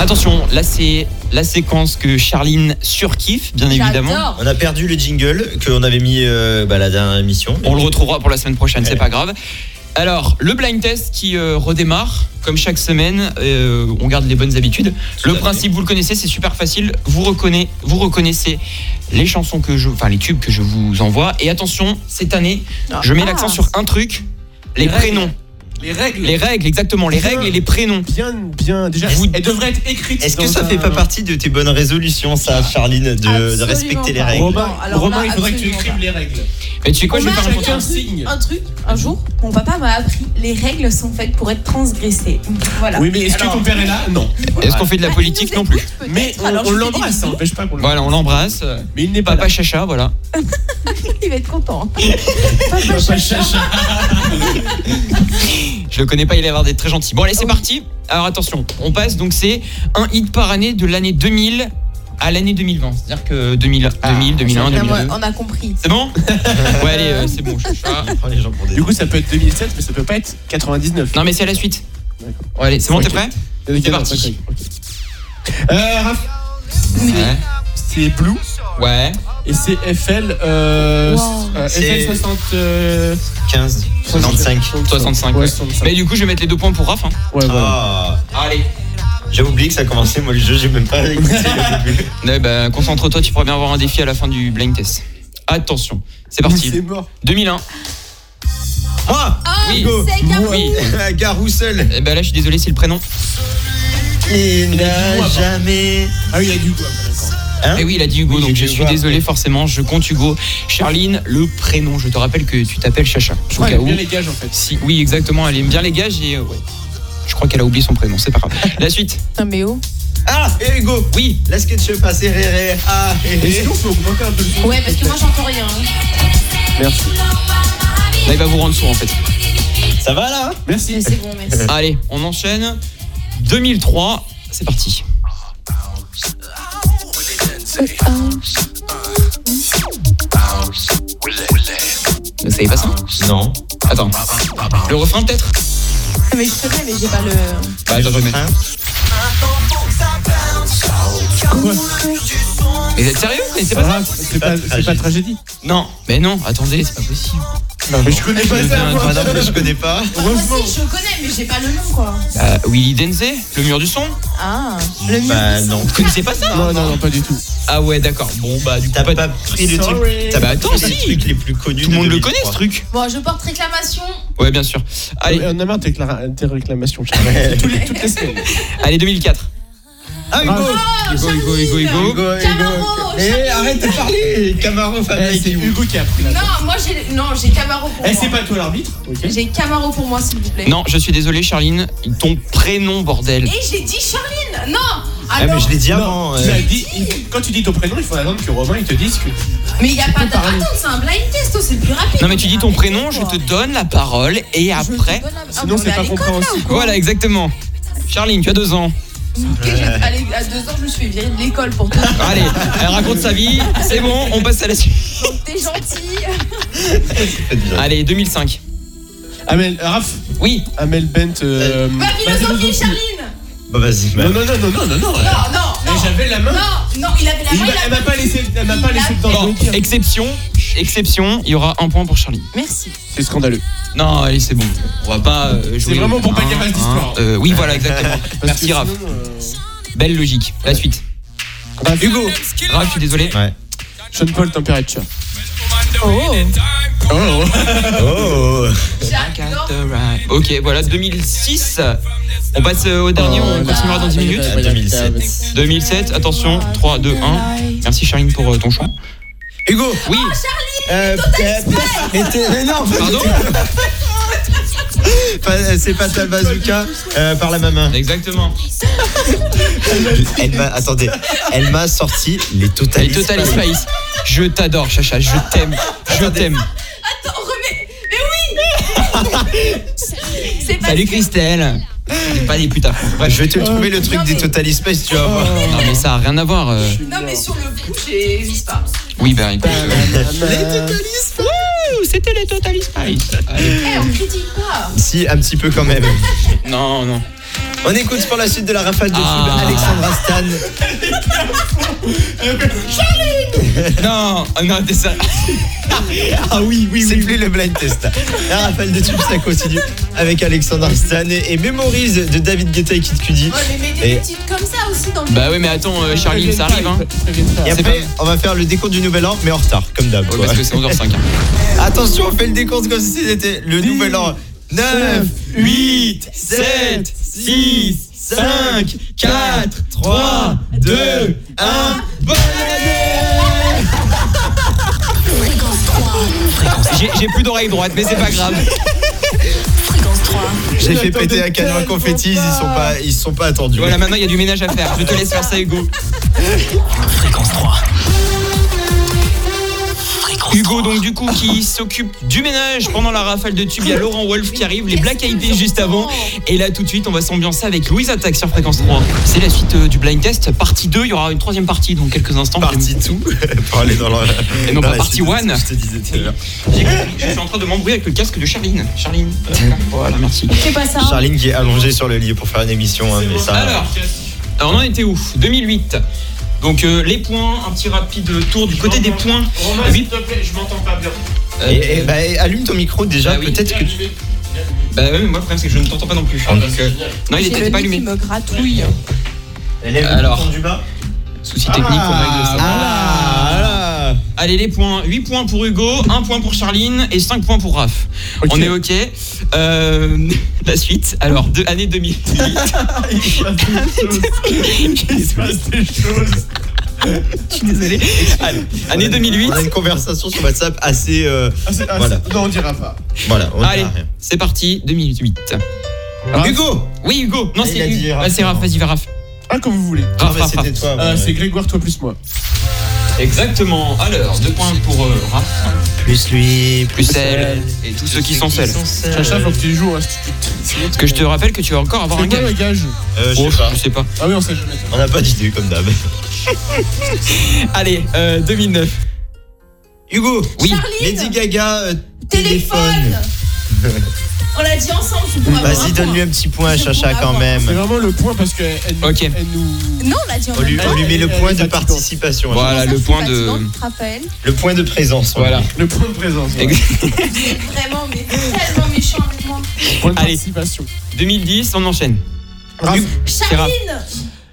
[SPEAKER 2] Attention, là c'est la séquence que Charline surkiffe, bien évidemment.
[SPEAKER 5] J'adore.
[SPEAKER 3] On a perdu le jingle qu'on avait mis euh, bah, la dernière émission.
[SPEAKER 2] On le retrouvera pour la semaine prochaine, c'est
[SPEAKER 3] Ouais.
[SPEAKER 2] pas grave. Alors, le blind test qui euh, redémarre, comme chaque semaine, euh, on garde les bonnes habitudes.
[SPEAKER 3] Tout à
[SPEAKER 2] le
[SPEAKER 3] fait.
[SPEAKER 2] principe, vous le connaissez, c'est super facile. Vous, reconna- vous reconnaissez les chansons que je. Enfin, les tubes que je vous envoie. Et attention, cette année, je mets
[SPEAKER 5] Ah.
[SPEAKER 2] l'accent sur un truc les,
[SPEAKER 4] Les règles.
[SPEAKER 2] prénoms.
[SPEAKER 4] Les règles.
[SPEAKER 2] Les règles, exactement, les
[SPEAKER 4] Bien.
[SPEAKER 2] règles et les prénoms.
[SPEAKER 4] Bien, bien. Déjà,
[SPEAKER 2] Vous-
[SPEAKER 4] elle devrait être écrite.
[SPEAKER 3] Est-ce que
[SPEAKER 4] dans
[SPEAKER 3] ça
[SPEAKER 4] un-
[SPEAKER 3] fait pas partie de tes bonnes résolutions,
[SPEAKER 2] Ah.
[SPEAKER 3] ça, Charline, de- de,
[SPEAKER 5] Absolument
[SPEAKER 3] respecter les
[SPEAKER 5] pas.
[SPEAKER 3] règles
[SPEAKER 4] Romain,
[SPEAKER 5] Non, alors
[SPEAKER 4] Romain,
[SPEAKER 5] là,
[SPEAKER 4] il faudrait que tu
[SPEAKER 5] absolument
[SPEAKER 4] écrives
[SPEAKER 5] pas.
[SPEAKER 4] les règles.
[SPEAKER 2] Mais tu sais quoi, je vais
[SPEAKER 5] Moi,
[SPEAKER 2] faire un
[SPEAKER 5] j'ai
[SPEAKER 4] chacun
[SPEAKER 5] un
[SPEAKER 4] un signe.
[SPEAKER 5] Un truc, un jour, mon papa m'a appris les règles sont faites pour être transgressées. Voilà.
[SPEAKER 4] Oui, mais est-ce que ton père est là Non.
[SPEAKER 2] Est-ce qu'on fait de la
[SPEAKER 5] Ah, il
[SPEAKER 2] politique
[SPEAKER 5] nous
[SPEAKER 2] non plus
[SPEAKER 5] écoute peut-être,
[SPEAKER 4] Mais on,
[SPEAKER 5] alors
[SPEAKER 4] on
[SPEAKER 5] je lui fais des
[SPEAKER 4] l'embrasse, hein. ça
[SPEAKER 5] bisous.
[SPEAKER 4] n'empêche pas qu'on l'embrasse.
[SPEAKER 2] Voilà, on l'embrasse.
[SPEAKER 4] Mais il n'est pas
[SPEAKER 2] Papa Chacha, voilà.
[SPEAKER 5] Il va être content. hein.
[SPEAKER 4] là.
[SPEAKER 5] Papa
[SPEAKER 4] Papa
[SPEAKER 5] Chacha.
[SPEAKER 4] Chacha.
[SPEAKER 2] Je le connais pas, il a l'air d'être très gentil. Bon, allez,
[SPEAKER 4] Ah
[SPEAKER 2] c'est parti. Alors attention, on passe donc c'est un hit par année de l'année 2000 à l'année 2020. C'est-à-dire que 2000, 2000 2001,
[SPEAKER 5] Ah, moi,
[SPEAKER 2] 2002.
[SPEAKER 5] On a compris.
[SPEAKER 2] C'est bon Ouais, allez, euh, c'est bon, Chacha.
[SPEAKER 3] On prend les gens pour des-
[SPEAKER 4] Du coup, ça peut être 2007, mais ça peut pas être 99.
[SPEAKER 2] Non, mais c'est à la suite.
[SPEAKER 4] D'accord.
[SPEAKER 2] Ouais, allez, c'est bon, t'es
[SPEAKER 4] Ok.
[SPEAKER 2] prêt
[SPEAKER 4] C'est
[SPEAKER 2] parti.
[SPEAKER 4] Euh, Raph,
[SPEAKER 2] Ouais.
[SPEAKER 4] c'est Blue.
[SPEAKER 2] Ouais.
[SPEAKER 4] et c'est FL euh,
[SPEAKER 5] Wow.
[SPEAKER 4] euh,
[SPEAKER 3] C'est-
[SPEAKER 4] FL 60 euh,
[SPEAKER 3] 15, 65.
[SPEAKER 2] 65,
[SPEAKER 4] ouais,
[SPEAKER 2] ouais.
[SPEAKER 4] 65.
[SPEAKER 2] Mais du coup, je vais mettre les deux points pour Raph. hein.
[SPEAKER 4] Ouais, voilà.
[SPEAKER 3] Ah,
[SPEAKER 2] Allez.
[SPEAKER 3] j'ai oublié que ça commençait, moi le jeu, j'ai même pas écouté.
[SPEAKER 2] Ouais, bah, concentre-toi, tu pourras bien avoir un défi à la fin du blind test. Attention, c'est
[SPEAKER 4] C'est
[SPEAKER 2] parti.
[SPEAKER 4] mort.
[SPEAKER 2] 2001.
[SPEAKER 3] Moi
[SPEAKER 5] Ah,
[SPEAKER 2] Oui.
[SPEAKER 5] c'est Garou.
[SPEAKER 2] Oui.
[SPEAKER 3] Garoussel
[SPEAKER 2] Eh ben là, je suis désolé, c'est le prénom.
[SPEAKER 3] Il n'a jamais.
[SPEAKER 4] Ah oui, il y a du quoi. d'accord.
[SPEAKER 3] Hein
[SPEAKER 2] Eh oui, il a dit Hugo,
[SPEAKER 3] Oui,
[SPEAKER 2] donc
[SPEAKER 3] j'ai
[SPEAKER 2] je
[SPEAKER 3] dû
[SPEAKER 2] suis
[SPEAKER 3] voir.
[SPEAKER 2] désolé, forcément, je compte Hugo. Charline, le prénom, je te rappelle que tu t'appelles Chacha. Au
[SPEAKER 4] Ouais,
[SPEAKER 2] cas où.
[SPEAKER 4] bien les gages en fait.
[SPEAKER 2] Si, oui, exactement, elle aime bien les gages et. euh, ouais. Je crois qu'elle a oublié son prénom, c'est pas grave. La suite,
[SPEAKER 5] Putain, mais oh.
[SPEAKER 3] Ah, et Hugo
[SPEAKER 2] oui,
[SPEAKER 3] Là, ce que tu veux passer, ré, ré, ah, ré,
[SPEAKER 4] Et
[SPEAKER 3] ré.
[SPEAKER 4] sinon, faut augmenter un peu le son.
[SPEAKER 5] Ouais, parce que moi j'entends rien. hein.
[SPEAKER 4] Merci.
[SPEAKER 2] là il va vous rendre sourd en fait.
[SPEAKER 3] Ça va là hein
[SPEAKER 5] Mais
[SPEAKER 4] Merci.
[SPEAKER 5] C'est bon, merci.
[SPEAKER 2] Allez, on enchaîne. 2003, c'est parti. Vous savez pas ça
[SPEAKER 3] Non.
[SPEAKER 2] Attends. Le refrain peut-être
[SPEAKER 5] Ah, Mais je connais, mais j'ai pas le.
[SPEAKER 2] Bah attends, je vais mettre.
[SPEAKER 3] Hein
[SPEAKER 2] Mais vous êtes sérieux Mais c'est pas ça
[SPEAKER 4] Ah, C'est pas, c'est pas tragédie.
[SPEAKER 2] Non, mais non, attendez, c'est pas possible.
[SPEAKER 4] Mais
[SPEAKER 3] Eh
[SPEAKER 4] je connais pas ça. moi.
[SPEAKER 3] Ah non, mais je connais pas.
[SPEAKER 5] Moi
[SPEAKER 4] Heureusement.
[SPEAKER 5] aussi, je connais, mais j'ai pas le nom, quoi.
[SPEAKER 2] Euh, Willy Denzé, le mur du son
[SPEAKER 5] Ah, le mur.
[SPEAKER 3] Bah non.
[SPEAKER 2] Vous connaissez pas ça
[SPEAKER 4] Non, non, non, pas du tout.
[SPEAKER 2] Ah ouais, d'accord. Bon, bah du coup,
[SPEAKER 3] T'as
[SPEAKER 2] pas-
[SPEAKER 3] pas pris les trucs.
[SPEAKER 4] Sorry.
[SPEAKER 3] T'as
[SPEAKER 2] Bah,
[SPEAKER 3] pas
[SPEAKER 2] attends,
[SPEAKER 3] pris les
[SPEAKER 2] si.
[SPEAKER 3] trucs les plus connus.
[SPEAKER 2] tout le
[SPEAKER 3] de
[SPEAKER 2] monde le
[SPEAKER 3] 2003.
[SPEAKER 2] connaît ce truc
[SPEAKER 5] Bon, je porte réclamation.
[SPEAKER 2] Ouais, bien sûr. Allez,
[SPEAKER 4] On a marre de tes clara- tes réclamations, Charles. Tous les- Toutes les semaines.
[SPEAKER 2] allez 2004.
[SPEAKER 3] Ah, Hugo
[SPEAKER 5] Oh,
[SPEAKER 2] Hugo, Hugo, Hugo, Hugo.
[SPEAKER 3] Hugo,
[SPEAKER 5] Camaro,
[SPEAKER 3] Eh,
[SPEAKER 5] Charlie.
[SPEAKER 3] arrête de parler Camaro,
[SPEAKER 4] Eh,
[SPEAKER 3] Fabrice.
[SPEAKER 4] C'est Hugo qui a pris la.
[SPEAKER 5] Non, moi j'ai non, j'ai Camaro pour
[SPEAKER 4] Eh, c'est
[SPEAKER 5] moi.
[SPEAKER 4] pas toi l'arbitre Ok.
[SPEAKER 5] J'ai Camaro pour moi, s'il vous plaît.
[SPEAKER 2] Non, je suis désolé, Charline. Ton prénom, bordel.
[SPEAKER 5] Et j'ai dit Charline. Non.
[SPEAKER 3] Ah, mais
[SPEAKER 5] Alors,
[SPEAKER 3] je l'ai dit avant.
[SPEAKER 4] Non,
[SPEAKER 3] euh.
[SPEAKER 4] tu as dit- il- quand tu dis ton prénom, il faut attendre que Romain il te dise que.
[SPEAKER 5] mais il y a pas d'attente, c'est un blind test, oh, c'est le plus rapide.
[SPEAKER 2] Non, mais tu dis ton prénom, je te
[SPEAKER 5] Je
[SPEAKER 2] donne la parole et
[SPEAKER 5] te
[SPEAKER 2] après.
[SPEAKER 5] donne la- Ah,
[SPEAKER 4] Sinon,
[SPEAKER 5] mais
[SPEAKER 4] c'est
[SPEAKER 5] on est
[SPEAKER 4] pas
[SPEAKER 5] à l'école, là,
[SPEAKER 4] compréhensible.
[SPEAKER 5] ou quoi
[SPEAKER 2] Voilà, exactement. Charline, tu as deux ans.
[SPEAKER 5] Ok, j'ai- allez, à deux ans, je me suis fait virer de l'école pour tout.
[SPEAKER 2] Allez, elle raconte sa vie. C'est bon, on passe à la suite.
[SPEAKER 5] Donc, T'es gentil.
[SPEAKER 3] Ah.
[SPEAKER 2] Allez, 2005.
[SPEAKER 4] Amel, euh, Raph,
[SPEAKER 2] Oui,
[SPEAKER 4] Amel Bent. euh,
[SPEAKER 5] Va
[SPEAKER 4] bah,
[SPEAKER 5] philosophie, Charline.
[SPEAKER 3] Bah, vas-y, bah.
[SPEAKER 4] Non, non, non, non, non, non, non.
[SPEAKER 5] Non, non,
[SPEAKER 4] Mais
[SPEAKER 5] non.
[SPEAKER 4] J'avais la main.
[SPEAKER 5] Non, non, il avait la
[SPEAKER 4] Il
[SPEAKER 5] main.
[SPEAKER 4] m'a-
[SPEAKER 5] il
[SPEAKER 4] elle
[SPEAKER 5] avait-
[SPEAKER 4] m'a pas laissé, elle m'a pas
[SPEAKER 5] Il
[SPEAKER 4] laissé le temps de
[SPEAKER 2] bon,
[SPEAKER 4] le dire.
[SPEAKER 2] exception. Exception, il y aura un point pour Charline.
[SPEAKER 5] Merci.
[SPEAKER 4] C'est scandaleux.
[SPEAKER 2] Non, allez, c'est bon. On va pas euh, jouer.
[SPEAKER 4] C'est vraiment pour pas
[SPEAKER 2] Hein,
[SPEAKER 4] qu'il y ait pas d'histoire.
[SPEAKER 2] hein, euh, oui, voilà, exactement.
[SPEAKER 4] Parce
[SPEAKER 2] Merci,
[SPEAKER 4] que
[SPEAKER 2] Raph.
[SPEAKER 4] sinon, euh,
[SPEAKER 2] Belle logique. La suite.
[SPEAKER 4] Raph,
[SPEAKER 2] Hugo. Raph, je suis désolé.
[SPEAKER 3] Ouais.
[SPEAKER 4] Sean Paul Temperature.
[SPEAKER 5] Oh.
[SPEAKER 4] Oh,
[SPEAKER 3] Oh
[SPEAKER 5] J'adore.
[SPEAKER 2] Ok, voilà, 2006. On passe euh, au dernier, on
[SPEAKER 4] là.
[SPEAKER 2] continuera dans 10 minutes.
[SPEAKER 3] À 2007.
[SPEAKER 2] 2007, attention, 3, 2, 1. Merci Charline pour euh, ton chant.
[SPEAKER 3] Hugo
[SPEAKER 2] Oui,
[SPEAKER 4] Ah,
[SPEAKER 3] euh, Mais t'es- mais non,
[SPEAKER 2] pardon
[SPEAKER 3] pas- euh, c'est pas ta bazooka euh, par la même main.
[SPEAKER 2] Exactement.
[SPEAKER 3] Elle m'a, attendez, elle m'a sorti les
[SPEAKER 2] Et
[SPEAKER 3] totales.
[SPEAKER 2] Total Space. Je t'adore, Chacha, je t'aime, je t'aime.
[SPEAKER 5] Attends, remets. Mais oui. C'est pas
[SPEAKER 2] Salut Christelle. On est Pas des putains.
[SPEAKER 3] Je vais te
[SPEAKER 4] Oh,
[SPEAKER 3] trouver le truc
[SPEAKER 5] Non,
[SPEAKER 3] des
[SPEAKER 5] mais-
[SPEAKER 3] Total Space, tu vas voir.
[SPEAKER 2] Non, mais ça a rien à voir. euh.
[SPEAKER 5] Non, mais sur le coup, j'ai. Je sais pas.
[SPEAKER 2] Oui, bah bah. écoute. euh,
[SPEAKER 3] Space
[SPEAKER 2] Ouh, C'était les Total Space.
[SPEAKER 5] Eh, on critique pas.
[SPEAKER 3] Si, un petit peu quand même.
[SPEAKER 2] Non, non.
[SPEAKER 3] On écoute pour la suite de la rafale de foule
[SPEAKER 2] Ah.
[SPEAKER 3] Alexandra Stan.
[SPEAKER 2] Non, ah, non, t'es ça.
[SPEAKER 3] Ah oui, oui, C'est plus le blind test. La rafale de tubes, ça continue avec Alexandra Stan et, et Memories de David Guetta et Kid Cudi.
[SPEAKER 5] Ouais, mais mettez
[SPEAKER 3] Et-
[SPEAKER 5] des petites comme ça aussi dans le.
[SPEAKER 2] Bah oui, mais attends, euh, Charline, ça arrive, hein.
[SPEAKER 3] Et
[SPEAKER 2] C'est
[SPEAKER 3] après, on va faire le décompte du nouvel an, mais en retard, comme d'hab.
[SPEAKER 2] Ouais,
[SPEAKER 3] quoi.
[SPEAKER 2] parce que c'est 11h05. hein.
[SPEAKER 3] Attention, on fait le décompte comme si c'était le nouvel an. 9, 8, 7, 6, 5, 4, 3, 2, 1. Bonne année
[SPEAKER 2] J'ai j'ai plus d'oreille droite, mais c'est pas grave.
[SPEAKER 3] J'ai fait péter un canon à confettis, ils sont pas, ils sont pas attendus.
[SPEAKER 2] Voilà, maintenant il y a du ménage à faire. Je te laisse faire ça, Hugo.
[SPEAKER 6] Fréquence 3.
[SPEAKER 2] Hugo, donc du coup, qui s'occupe du ménage pendant la rafale de tubes. Il y a Laurent Wolf qui arrive, les Black Eyed Peas juste avant. Et là, tout de suite, on va s'ambiancer avec Louise Attaque sur fréquence 3. C'est la suite euh, du blind test. Partie 2, il y aura une troisième partie dans quelques instants.
[SPEAKER 3] Partie tout pour aller dans la.
[SPEAKER 2] Et non
[SPEAKER 3] dans
[SPEAKER 2] pas
[SPEAKER 3] la
[SPEAKER 2] partie
[SPEAKER 3] suite de ce
[SPEAKER 2] one.
[SPEAKER 3] que Je te disais tout à l'heure.
[SPEAKER 2] J'ai- Je suis en train de m'embrouiller avec le casque de Charline. Charline, euh, voilà, merci.
[SPEAKER 5] C'est pas ça.
[SPEAKER 3] Charline qui est allongée sur le lit pour faire une émission, hein, mais ça.
[SPEAKER 2] Alors, alors, on en était où 2008. Donc euh, les points, un petit rapide tour du côté des points.
[SPEAKER 4] Romain,
[SPEAKER 2] Oui.
[SPEAKER 4] s'il te plaît, je m'entends pas bien.
[SPEAKER 2] Euh,
[SPEAKER 3] Et- et bah, allume ton micro déjà,
[SPEAKER 2] Bah oui.
[SPEAKER 3] peut-être que tu...
[SPEAKER 2] Bah ouais, mais moi le problème c'est que je ne t'entends pas non plus.
[SPEAKER 3] Ah,
[SPEAKER 2] Donc, euh, non, il
[SPEAKER 5] J'ai
[SPEAKER 2] était
[SPEAKER 5] le
[SPEAKER 2] pas
[SPEAKER 5] nez qui
[SPEAKER 2] allumé.
[SPEAKER 5] me gratouille.
[SPEAKER 2] Alors.
[SPEAKER 3] du bas.
[SPEAKER 2] Souci technique pour régler ça.
[SPEAKER 3] Ah,
[SPEAKER 2] Allez les points, 8 points pour Hugo, 1 point pour Charline et 5 points pour Raph.
[SPEAKER 4] Ok.
[SPEAKER 2] On est ok. Euh, la suite, alors de, année 2008.
[SPEAKER 4] Il se passe des choses.
[SPEAKER 2] Je suis désolé. Allez, année 2008.
[SPEAKER 3] On a une conversation sur WhatsApp assez... euh,
[SPEAKER 4] Ah, c'est- ah,
[SPEAKER 3] Voilà.
[SPEAKER 4] c'est- Non, on dira pas.
[SPEAKER 3] Voilà, on
[SPEAKER 2] Allez,
[SPEAKER 3] dira rien.
[SPEAKER 2] c'est parti, 2008.
[SPEAKER 4] Raph
[SPEAKER 3] Hugo
[SPEAKER 2] Oui Hugo, non
[SPEAKER 3] Ah, il
[SPEAKER 2] c'est
[SPEAKER 3] a dit
[SPEAKER 2] Hugo.
[SPEAKER 3] Raph,
[SPEAKER 2] Bah, c'est Raph,
[SPEAKER 3] non.
[SPEAKER 2] vas-y, va Raph.
[SPEAKER 4] Ah, comme vous voulez.
[SPEAKER 3] Ah,
[SPEAKER 2] Raph,
[SPEAKER 3] mais
[SPEAKER 2] Raph,
[SPEAKER 3] c'était
[SPEAKER 2] Raph.
[SPEAKER 3] toi.
[SPEAKER 4] Euh,
[SPEAKER 3] ouais.
[SPEAKER 4] C'est Grégoire, toi plus moi.
[SPEAKER 2] Exactement. Alors, 2 points pour euh, Raph,
[SPEAKER 3] Plus lui,
[SPEAKER 2] plus elle et tous ceux qui sont seuls.
[SPEAKER 4] Chacha, faut que tu joues. Hein, si
[SPEAKER 2] Parce que je te rappelle que tu vas encore avoir un
[SPEAKER 4] C'est quoi
[SPEAKER 2] gage.
[SPEAKER 4] le gage
[SPEAKER 3] Euh, je
[SPEAKER 2] Oh,
[SPEAKER 3] sais pas.
[SPEAKER 2] je sais pas.
[SPEAKER 4] Ah oui, on sait jamais.
[SPEAKER 3] On n'a pas d'idée comme d'hab.
[SPEAKER 2] Allez, euh, 2009.
[SPEAKER 3] Hugo
[SPEAKER 2] Oui.
[SPEAKER 5] Charline
[SPEAKER 3] Lady Gaga, euh,
[SPEAKER 5] Téléphone On l'a dit ensemble, tu pourras avoir un
[SPEAKER 3] Vas-y, donne-lui
[SPEAKER 5] point.
[SPEAKER 3] un petit point à
[SPEAKER 5] Je
[SPEAKER 3] Chacha
[SPEAKER 5] pourrais
[SPEAKER 3] quand
[SPEAKER 5] avoir.
[SPEAKER 4] C'est
[SPEAKER 3] même.
[SPEAKER 4] vraiment le point parce qu'elle nous.
[SPEAKER 2] Ok.
[SPEAKER 4] Elle nous...
[SPEAKER 5] Non, on l'a dit en
[SPEAKER 3] On lui,
[SPEAKER 5] même
[SPEAKER 3] on
[SPEAKER 5] temps.
[SPEAKER 3] lui met le
[SPEAKER 4] elle
[SPEAKER 3] point
[SPEAKER 4] est
[SPEAKER 3] de
[SPEAKER 4] fatigante.
[SPEAKER 3] participation.
[SPEAKER 2] Voilà,
[SPEAKER 5] Ça,
[SPEAKER 2] le
[SPEAKER 5] c'est
[SPEAKER 2] point de.
[SPEAKER 5] fatigant, tu te rappelles
[SPEAKER 3] Le point de présence. on
[SPEAKER 2] Voilà.
[SPEAKER 3] dit.
[SPEAKER 4] Le point de présence. ouais.
[SPEAKER 2] Exact.
[SPEAKER 5] Vraiment, mais tellement méchant avec moi.
[SPEAKER 4] Point de
[SPEAKER 2] Allez.
[SPEAKER 4] participation.
[SPEAKER 2] 2010, on enchaîne.
[SPEAKER 4] Raph,
[SPEAKER 2] Raph.
[SPEAKER 5] Charline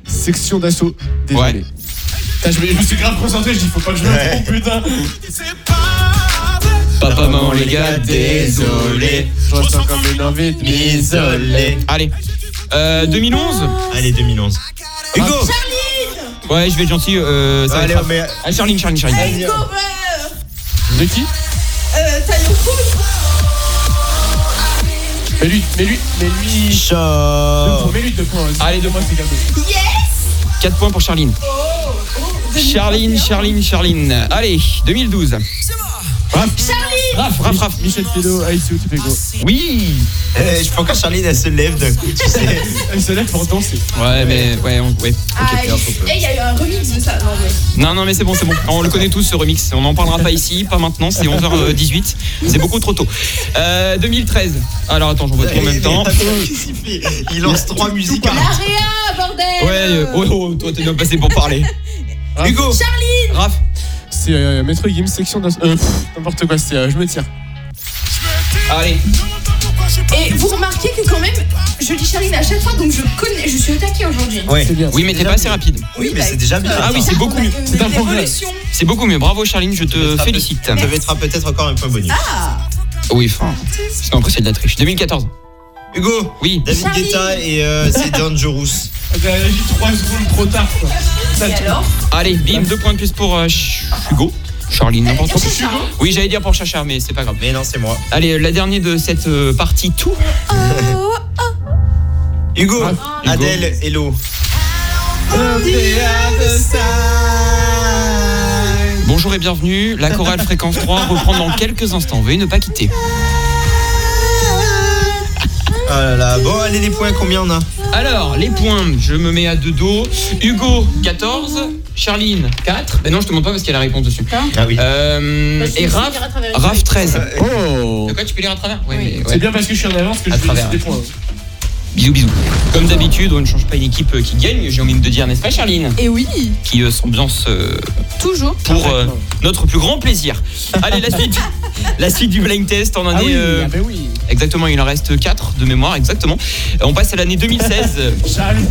[SPEAKER 4] section d'assaut. Désolé.
[SPEAKER 2] Ouais.
[SPEAKER 4] Putain, je, me, je me suis grave concentré, je dis faut pas que je me
[SPEAKER 3] Ouais.
[SPEAKER 4] trompe, putain.
[SPEAKER 2] Papa, maman, les gars, désolé.
[SPEAKER 4] Je reste comme une envie de
[SPEAKER 3] Isolé.
[SPEAKER 2] Allez. Euh, 2011
[SPEAKER 3] Allez, 2011. Hugo
[SPEAKER 2] Ouais, je vais être gentil. Euh, ça va
[SPEAKER 3] Allez,
[SPEAKER 2] être Raph.
[SPEAKER 3] mais-
[SPEAKER 2] Ah, Charline, Charline, Charline.
[SPEAKER 5] Hugo Beurre
[SPEAKER 4] De qui
[SPEAKER 5] Euh, Tayoko
[SPEAKER 4] Mais lui, mais lui, mais lui. Deux
[SPEAKER 3] Chacha.
[SPEAKER 4] points, mais lui deux points. vas-y.
[SPEAKER 2] Allez, deux
[SPEAKER 4] moi, c'est gardé.
[SPEAKER 2] 4 points pour Charline. Charline, Charline, Charline. Allez, 2012. Raph, Raph, Raph.
[SPEAKER 4] Michel ah, Pédo, ICO, Tupego.
[SPEAKER 2] Oui
[SPEAKER 3] Eh, Je pense que Charline, elle se lève d'un coup, tu sais.
[SPEAKER 4] Elle se lève pour danser.
[SPEAKER 2] Ouais, mais. Ouais, on- ouais.
[SPEAKER 5] Ah,
[SPEAKER 3] alors, faut
[SPEAKER 5] il- eh, il y a eu un remix de ça. Non, mais.
[SPEAKER 2] Non, non, mais c'est bon, c'est bon. On le connaît tous, ce remix. On n'en parlera pas ici, pas maintenant. C'est 11h18. C'est beaucoup trop tôt. Euh, 2013. Alors, attends, j'en vois tout en même temps.
[SPEAKER 3] Il lance trois musiques.
[SPEAKER 5] La Réa, bordel
[SPEAKER 2] Ouais, euh, oh, oh, toi, t'es bien passé pour parler.
[SPEAKER 4] Raph,
[SPEAKER 2] Hugo Raph
[SPEAKER 4] C'est euh, Maître Gims, section d'assaut. Euh, pff, N'importe quoi, c'est euh, Je me tire.
[SPEAKER 2] Allez.
[SPEAKER 5] Et vous remarquez que quand même, je dis Charline à chaque fois, donc je connais, je suis au taquet aujourd'hui.
[SPEAKER 3] Ouais.
[SPEAKER 4] C'est bien.
[SPEAKER 2] Oui, mais t'es pas assez rapide.
[SPEAKER 3] Oui, mais c'est déjà bien.
[SPEAKER 2] Ah oui, c'est beaucoup mieux.
[SPEAKER 5] C'est
[SPEAKER 4] C'est un progrès.
[SPEAKER 2] C'est beaucoup mieux. Bravo, Charline, je te félicite.
[SPEAKER 3] Ça mettra peut-être encore un point bonus.
[SPEAKER 2] Oui, enfin. Parce qu'en plus, c'est de la triche. 2014.
[SPEAKER 3] Hugo,
[SPEAKER 2] Oui.
[SPEAKER 3] David
[SPEAKER 5] Charlie.
[SPEAKER 3] Guetta et euh, c'est Dangerous.
[SPEAKER 4] T'as réagi 3 secondes trop tard, quoi. Ça,
[SPEAKER 5] Et
[SPEAKER 4] tu-
[SPEAKER 5] alors
[SPEAKER 2] Allez, bim, deux points de plus pour euh, Ch- Hugo. Charline, n'importe quoi.
[SPEAKER 5] Chacha.
[SPEAKER 2] Oui, j'allais dire pour Chacha, mais c'est pas grave.
[SPEAKER 3] Mais non, c'est moi.
[SPEAKER 2] Allez, la dernière de cette euh, partie tout.
[SPEAKER 5] Oh,
[SPEAKER 3] Hugo,
[SPEAKER 5] Ah.
[SPEAKER 3] Adèle, Hello.
[SPEAKER 2] Bonjour et bienvenue. La chorale Fréquence 3 reprend dans quelques instants. Veuillez ne pas quitter.
[SPEAKER 3] Ah là là. Bon, allez, les points, combien on a
[SPEAKER 2] Alors, les points, je me mets à deux dos. Hugo, 14. Charline, 4. Ben non, je te montre pas parce qu'il y a la réponse dessus.
[SPEAKER 3] Ah oui.
[SPEAKER 2] Euh, et Raph, Raph 13.
[SPEAKER 4] Oh
[SPEAKER 2] De quoi Euh, tu peux lire à travers Ouais, mais ouais.
[SPEAKER 4] C'est bien parce que je suis en avance que
[SPEAKER 2] À
[SPEAKER 4] je fais
[SPEAKER 2] travers.
[SPEAKER 4] des points.
[SPEAKER 2] Bisous, bisous. Comme d'habitude, on ne change pas une équipe euh, qui gagne, j'ai envie de dire, n'est-ce pas, Charline
[SPEAKER 5] Et Eh oui,
[SPEAKER 2] Qui euh, s'ambiance euh,
[SPEAKER 5] toujours.
[SPEAKER 2] pour euh,
[SPEAKER 4] Parfaitement.
[SPEAKER 2] notre plus grand plaisir. Allez, la suite. la suite du blind test en année.
[SPEAKER 4] Ah oui,
[SPEAKER 2] euh,
[SPEAKER 4] ah ben oui.
[SPEAKER 2] Exactement, il en reste 4 de mémoire, exactement. Euh, On passe à l'année 2016.
[SPEAKER 4] Charlie.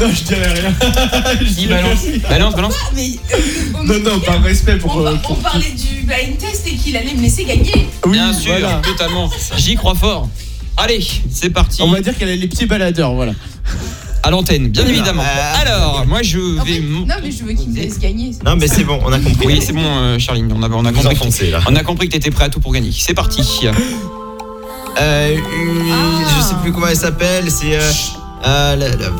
[SPEAKER 4] Non, je dirais rien. je
[SPEAKER 2] Si,
[SPEAKER 4] dirais
[SPEAKER 2] balance,
[SPEAKER 4] rien.
[SPEAKER 2] balance, balance.
[SPEAKER 5] Mais euh,
[SPEAKER 4] Non, non, par respect pour.
[SPEAKER 5] on,
[SPEAKER 4] euh,
[SPEAKER 5] va- on
[SPEAKER 4] pour-
[SPEAKER 5] parlait du blind test et qu'il allait me laisser gagner.
[SPEAKER 4] Oui,
[SPEAKER 2] Bien sûr,
[SPEAKER 4] voilà.
[SPEAKER 2] totalement. J'y crois fort. Allez, c'est parti.
[SPEAKER 4] On va Ah. dire qu'elle a les pieds baladeurs, voilà.
[SPEAKER 2] À l'antenne, bien
[SPEAKER 3] Voilà.
[SPEAKER 2] évidemment.
[SPEAKER 3] Euh,
[SPEAKER 2] Alors, moi je
[SPEAKER 5] En fait,
[SPEAKER 2] vais. mon-
[SPEAKER 5] non, mais je veux qu'il me laisse gagner. c'est
[SPEAKER 3] Non, mais c'est bon, on a compris.
[SPEAKER 2] Oui, c'est bon, euh, Charline, on a, on a
[SPEAKER 3] Vous
[SPEAKER 2] compris. que-
[SPEAKER 3] enfoncez, là.
[SPEAKER 2] On a compris que t'étais prêt à tout pour gagner. C'est parti.
[SPEAKER 3] Euh, une-
[SPEAKER 5] Ah.
[SPEAKER 3] Je sais plus comment elle s'appelle. C'est. Euh, euh, la- la-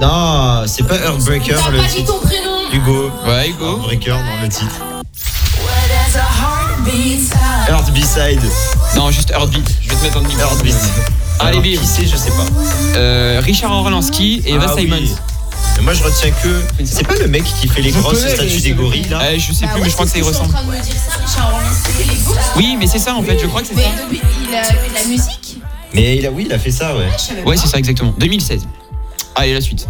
[SPEAKER 3] Non, c'est pas Earthbreaker
[SPEAKER 5] T'as
[SPEAKER 3] le
[SPEAKER 5] pas dit
[SPEAKER 3] titre.
[SPEAKER 5] ton prénom
[SPEAKER 3] Hugo.
[SPEAKER 5] Ah.
[SPEAKER 2] Ouais, go.
[SPEAKER 3] Earthbreaker dans le titre. Earth B-side.
[SPEAKER 2] Non, juste Earthbeat. Je vais te mettre en demi
[SPEAKER 3] Earth
[SPEAKER 4] Ah,
[SPEAKER 3] B-side.
[SPEAKER 2] Allez,
[SPEAKER 3] Alors,
[SPEAKER 2] bim.
[SPEAKER 3] Qui c'est, je sais pas.
[SPEAKER 2] Euh, Richard Orlansky et Eva
[SPEAKER 3] Ah oui.
[SPEAKER 2] Simons.
[SPEAKER 3] Et Moi, je retiens que. C'est pas le mec qui fait les
[SPEAKER 4] Je
[SPEAKER 3] grosses
[SPEAKER 4] connais, mais
[SPEAKER 3] statues
[SPEAKER 4] je
[SPEAKER 3] des
[SPEAKER 4] savais
[SPEAKER 3] gorilles, là
[SPEAKER 2] Euh, je sais
[SPEAKER 5] Bah
[SPEAKER 2] plus,
[SPEAKER 5] ouais,
[SPEAKER 2] mais je crois que
[SPEAKER 5] c'est
[SPEAKER 2] ça y
[SPEAKER 5] ce je suis
[SPEAKER 2] ressemble.
[SPEAKER 5] en train de me dire ça, Richard Orlando, c'est les gosses.
[SPEAKER 2] Oui, mais c'est ça en fait, je crois que c'est
[SPEAKER 5] Mais
[SPEAKER 2] ça.
[SPEAKER 5] depuis, il a fait de la musique
[SPEAKER 3] Mais il a, oui, il a fait ça, ouais.
[SPEAKER 5] Je savais
[SPEAKER 2] Ouais,
[SPEAKER 5] pas.
[SPEAKER 2] c'est ça exactement. 2016. Allez, la suite.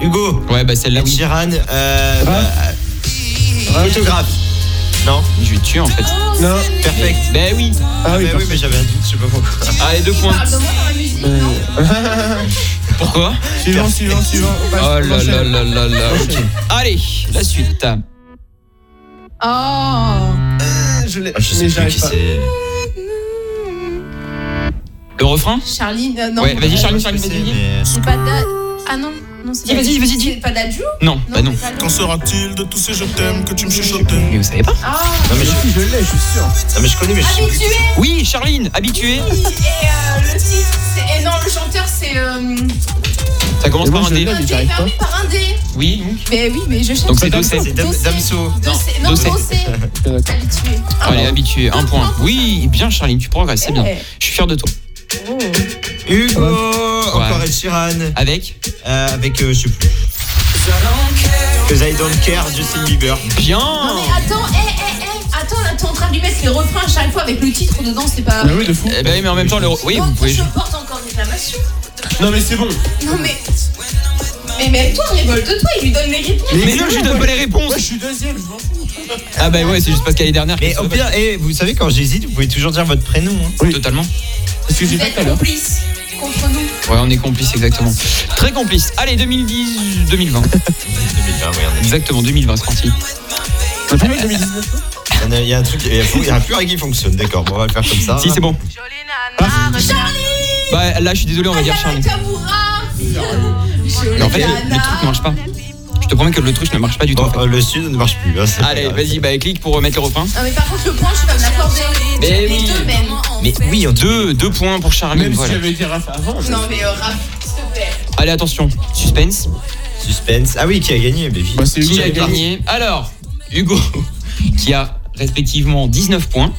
[SPEAKER 3] Hugo,
[SPEAKER 2] Ouais, bah celle-là, oui.
[SPEAKER 3] Jiran,
[SPEAKER 4] Hein
[SPEAKER 3] euh, bah, photographe. Non,
[SPEAKER 2] Je vais te tuer en fait.
[SPEAKER 4] Non.
[SPEAKER 3] perfect.
[SPEAKER 2] Bah oui.
[SPEAKER 4] Ah oui,
[SPEAKER 3] mais oui, mais j'avais un doute, je sais pas pourquoi. Ah,
[SPEAKER 2] Allez, deux
[SPEAKER 5] Il
[SPEAKER 2] points.
[SPEAKER 5] parle de moi dans la musique.
[SPEAKER 2] Pourquoi
[SPEAKER 4] suivant, suivant, suivant. On passe-
[SPEAKER 2] Oh
[SPEAKER 4] on
[SPEAKER 2] là
[SPEAKER 4] enchaîne.
[SPEAKER 2] là là là là. Allez, la suite.
[SPEAKER 5] Oh.
[SPEAKER 4] Je l'ai.
[SPEAKER 3] Ah, je sais
[SPEAKER 4] mais
[SPEAKER 3] plus
[SPEAKER 4] j'arrive
[SPEAKER 3] qui
[SPEAKER 4] pas.
[SPEAKER 3] c'est.
[SPEAKER 2] Le refrain
[SPEAKER 5] Charline, euh, non.
[SPEAKER 2] Ouais, vas-y, Charline,
[SPEAKER 3] Je
[SPEAKER 2] Charline,
[SPEAKER 3] sais,
[SPEAKER 2] vas-y. vas-y.
[SPEAKER 3] mais- euh,
[SPEAKER 5] C'est pas da... Ah non, non, c'est
[SPEAKER 2] Dis, vas-y, vas-y, dis.
[SPEAKER 5] C'est pas d'Adjou
[SPEAKER 2] Non, bah non.
[SPEAKER 6] Qu'en sera-t-il de tous ces je t'aime que tu me chuchotais
[SPEAKER 2] Mais Ah, vous savez pas
[SPEAKER 5] Ah,
[SPEAKER 3] Non, mais je,
[SPEAKER 4] Si, je l'ai, je suis sûr.
[SPEAKER 3] non, ah, mais je connais, mais je sais plus.
[SPEAKER 5] habitué
[SPEAKER 2] Oui, Charline, habituée.
[SPEAKER 5] Et euh, le titre, c'est... Et non, le chanteur, c'est... Euh...
[SPEAKER 2] Ça commence
[SPEAKER 4] Et moi,
[SPEAKER 2] par un
[SPEAKER 4] je
[SPEAKER 2] D.
[SPEAKER 4] l'ai. mais
[SPEAKER 5] Doté
[SPEAKER 4] j'arrive
[SPEAKER 5] par-
[SPEAKER 4] pas.
[SPEAKER 5] par un D.
[SPEAKER 2] Oui.
[SPEAKER 5] Mais oui, mais je cherche...
[SPEAKER 2] Donc c'est
[SPEAKER 5] pas.
[SPEAKER 2] Dossé.
[SPEAKER 3] C'est Dam-
[SPEAKER 5] Dossé.
[SPEAKER 3] Damso.
[SPEAKER 5] Dossé. Non,
[SPEAKER 2] Dossé.
[SPEAKER 5] Dossé. Habitué. Ah,
[SPEAKER 2] Allez,
[SPEAKER 5] bon.
[SPEAKER 2] habituée, un point. Oui, bien Charline, tu progresses, c'est bien.
[SPEAKER 5] Eh.
[SPEAKER 2] Je suis fier de toi.
[SPEAKER 5] Oh.
[SPEAKER 3] Hugo, encore Ed Sheeran,
[SPEAKER 2] Avec
[SPEAKER 3] euh, avec, euh, je sais plus. Cause I don't care, Justin Bieber.
[SPEAKER 2] Bien
[SPEAKER 5] Non mais attends, hé, hé, hé, attends, là, t'es en train de lui mettre les refrains à chaque fois avec le titre dedans, c'est pas...
[SPEAKER 4] Bah oui, de fou.
[SPEAKER 2] Eh ben oui, mais en même temps, le... oui,
[SPEAKER 5] Oh,
[SPEAKER 2] vous pouvez.
[SPEAKER 5] Je porte encore réclamation.
[SPEAKER 4] Non, mais c'est bon.
[SPEAKER 5] Non mais... Mais même toi, révolte-toi, il lui donne les réponses.
[SPEAKER 2] Mais non, je lui donne pas les réponses.
[SPEAKER 4] Moi, je suis deuxième, je m'en fous.
[SPEAKER 2] Ah bah ouais, c'est juste parce qu'elle est dernière.
[SPEAKER 3] Mais
[SPEAKER 2] qu'elle
[SPEAKER 3] au
[SPEAKER 2] se
[SPEAKER 3] pire, eh, vous savez, quand j'hésite, vous pouvez toujours dire votre prénom. hein.
[SPEAKER 2] bat. Totalement.
[SPEAKER 4] Parce que j'ai
[SPEAKER 5] Vous
[SPEAKER 4] fait
[SPEAKER 5] êtes
[SPEAKER 4] tout à
[SPEAKER 2] hein.
[SPEAKER 4] l'heure.
[SPEAKER 5] complices contre nous.
[SPEAKER 2] Ouais, on est complice exactement. Très complice. Allez, 2010, 2020. Exactement, 2020, c'est parti.
[SPEAKER 4] T'as pas mis 2019
[SPEAKER 3] Il y en a- Il y a un truc, il y a, il y a un plug qui fonctionne, d'accord, bon, on va le faire comme ça.
[SPEAKER 2] Si, c'est bon.
[SPEAKER 5] Charlie
[SPEAKER 2] Bah là, je suis désolé, on va dire Charlie.
[SPEAKER 5] Kamoura
[SPEAKER 2] Mais en fait, le, le truc ne marche pas. Je te promets que le truc ne marche pas du tout. en
[SPEAKER 3] Bon,
[SPEAKER 2] fait.
[SPEAKER 3] euh, le sud ne marche plus. hein, c'est pas
[SPEAKER 2] Allez,
[SPEAKER 3] grave.
[SPEAKER 2] vas-y, bah clique pour remettre le refrain.
[SPEAKER 5] Non mais par contre, le point, je vais me l'accorder.
[SPEAKER 2] Mais
[SPEAKER 5] Les
[SPEAKER 2] oui.
[SPEAKER 5] deux mêmes.
[SPEAKER 2] Mais oui, deux, deux points pour Charlie.
[SPEAKER 4] Même si
[SPEAKER 2] voilà.
[SPEAKER 4] j'avais dit Raph avant.
[SPEAKER 5] Non mais euh, Raph, s'il te plaît.
[SPEAKER 2] Allez, attention, suspense.
[SPEAKER 3] Suspense. Ah oui, qui a gagné, baby
[SPEAKER 4] Bah, c'est
[SPEAKER 2] Qui
[SPEAKER 4] Hugo
[SPEAKER 2] a gagné Alors, Hugo, qui a respectivement 19 points.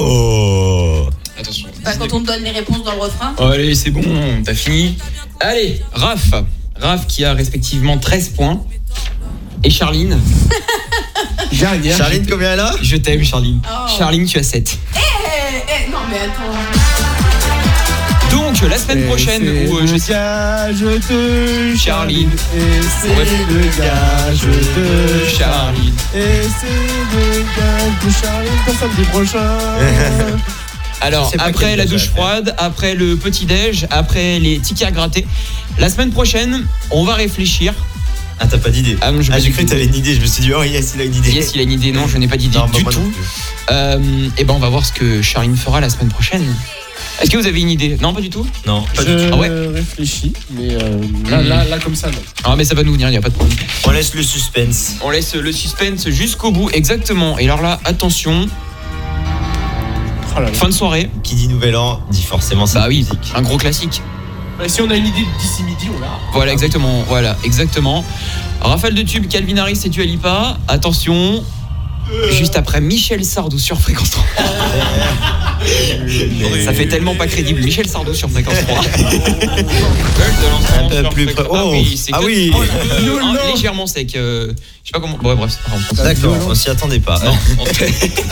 [SPEAKER 3] Oh
[SPEAKER 2] Attention.
[SPEAKER 5] Bah, quand on me donne les réponses dans le refrain.
[SPEAKER 2] Oh, Allez, c'est bon, t'as fini. Allez, Raph. Raph qui a respectivement 13 points. Et Charline,
[SPEAKER 4] Dernière.
[SPEAKER 3] Charline, combien elle a
[SPEAKER 2] je t'aime Charline.
[SPEAKER 5] Oh.
[SPEAKER 2] Charline, tu as 7.
[SPEAKER 5] Eh, eh, non mais attends.
[SPEAKER 2] Donc, la semaine
[SPEAKER 4] Et
[SPEAKER 2] prochaine,
[SPEAKER 4] c'est
[SPEAKER 2] où, euh,
[SPEAKER 4] le
[SPEAKER 2] je sais-
[SPEAKER 4] gage de
[SPEAKER 2] Charline.
[SPEAKER 4] Et c'est
[SPEAKER 2] Ouais.
[SPEAKER 4] le gage de
[SPEAKER 2] Charline.
[SPEAKER 4] Et c'est le gage de Charline pour samedi prochain.
[SPEAKER 2] Alors,
[SPEAKER 3] sais pas
[SPEAKER 2] après
[SPEAKER 3] quel
[SPEAKER 2] la
[SPEAKER 3] gage
[SPEAKER 2] douche
[SPEAKER 3] elle a fait.
[SPEAKER 2] froide, après le petit-déj, après les tickets à gratter, la semaine prochaine, on va réfléchir.
[SPEAKER 3] Ah, t'as pas d'idée.
[SPEAKER 2] Ah, je-
[SPEAKER 3] Ah, j'ai cru que t'avais une idée, je me suis dit, oh yes, il a une idée.
[SPEAKER 2] Yes, il a une idée. Non, je n'ai pas d'idée
[SPEAKER 3] Non, bah,
[SPEAKER 2] du
[SPEAKER 3] moi,
[SPEAKER 2] tout.
[SPEAKER 3] non plus.
[SPEAKER 2] et ben, on va voir ce que Charline fera la semaine prochaine. Est-ce que vous avez une idée Non, pas du tout
[SPEAKER 3] Non, pas du tout.
[SPEAKER 4] Je
[SPEAKER 2] Ah ouais.
[SPEAKER 4] réfléchis, mais euh, là,
[SPEAKER 2] Mm.
[SPEAKER 4] là, là, comme ça, non.
[SPEAKER 2] Ah, mais ça va nous venir, il n'y a pas de problème.
[SPEAKER 3] On laisse le suspense.
[SPEAKER 2] On laisse le suspense jusqu'au bout, exactement. Et alors là, attention,
[SPEAKER 4] Oh là là.
[SPEAKER 2] fin de soirée.
[SPEAKER 3] Qui dit nouvel an, dit forcément ça.
[SPEAKER 2] Bah oui, un gros classique.
[SPEAKER 4] Bah, si on a une idée d'ici midi, on l'a.
[SPEAKER 2] Voilà, exactement. Voilà, exactement. Rafale de tube, Calvin Harris et tu Alipa. Attention. Juste après Michel Sardou sur Fréquence 3. Ça fait tellement pas crédible. Michel Sardou sur Fréquence 3.
[SPEAKER 3] Un peu plus près.
[SPEAKER 2] Ah oui,
[SPEAKER 3] Oh.
[SPEAKER 2] c'est
[SPEAKER 3] Ah
[SPEAKER 2] que-
[SPEAKER 3] oui.
[SPEAKER 2] Oh, le- un légèrement sec. euh, je sais pas comment. Ouais, bref, c'est pas grave.
[SPEAKER 3] D'accord, on s'y attendait pas.
[SPEAKER 2] Non, en fait,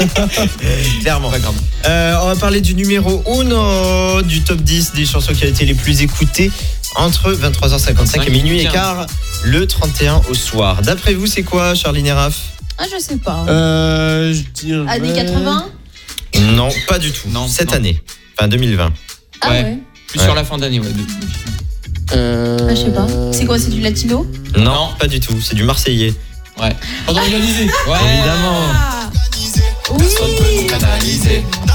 [SPEAKER 3] Clairement.
[SPEAKER 2] pas grave.
[SPEAKER 3] Euh, on va parler du numéro 1 du top 10 des chansons qui ont été les plus écoutées entre 23h55 et minuit et quart le 31 au soir. D'après vous, c'est quoi, Charline et Raph
[SPEAKER 5] Ah, je sais pas.
[SPEAKER 4] Euh, je dirais.
[SPEAKER 5] Années 80
[SPEAKER 3] Non, pas du tout.
[SPEAKER 2] Non,
[SPEAKER 3] Cette
[SPEAKER 2] non.
[SPEAKER 3] année, enfin 2020.
[SPEAKER 5] Ah
[SPEAKER 2] Ouais.
[SPEAKER 5] ouais.
[SPEAKER 2] Plus sur la fin d'année, ouais.
[SPEAKER 4] Euh...
[SPEAKER 5] Ah, je sais pas. C'est quoi, c'est du latino
[SPEAKER 3] Non, pas du tout. C'est du Marseillais.
[SPEAKER 2] Ouais.
[SPEAKER 4] Pardon, organisé.
[SPEAKER 2] Ouais.
[SPEAKER 3] Évidemment.
[SPEAKER 5] Ah Oui
[SPEAKER 4] Oh,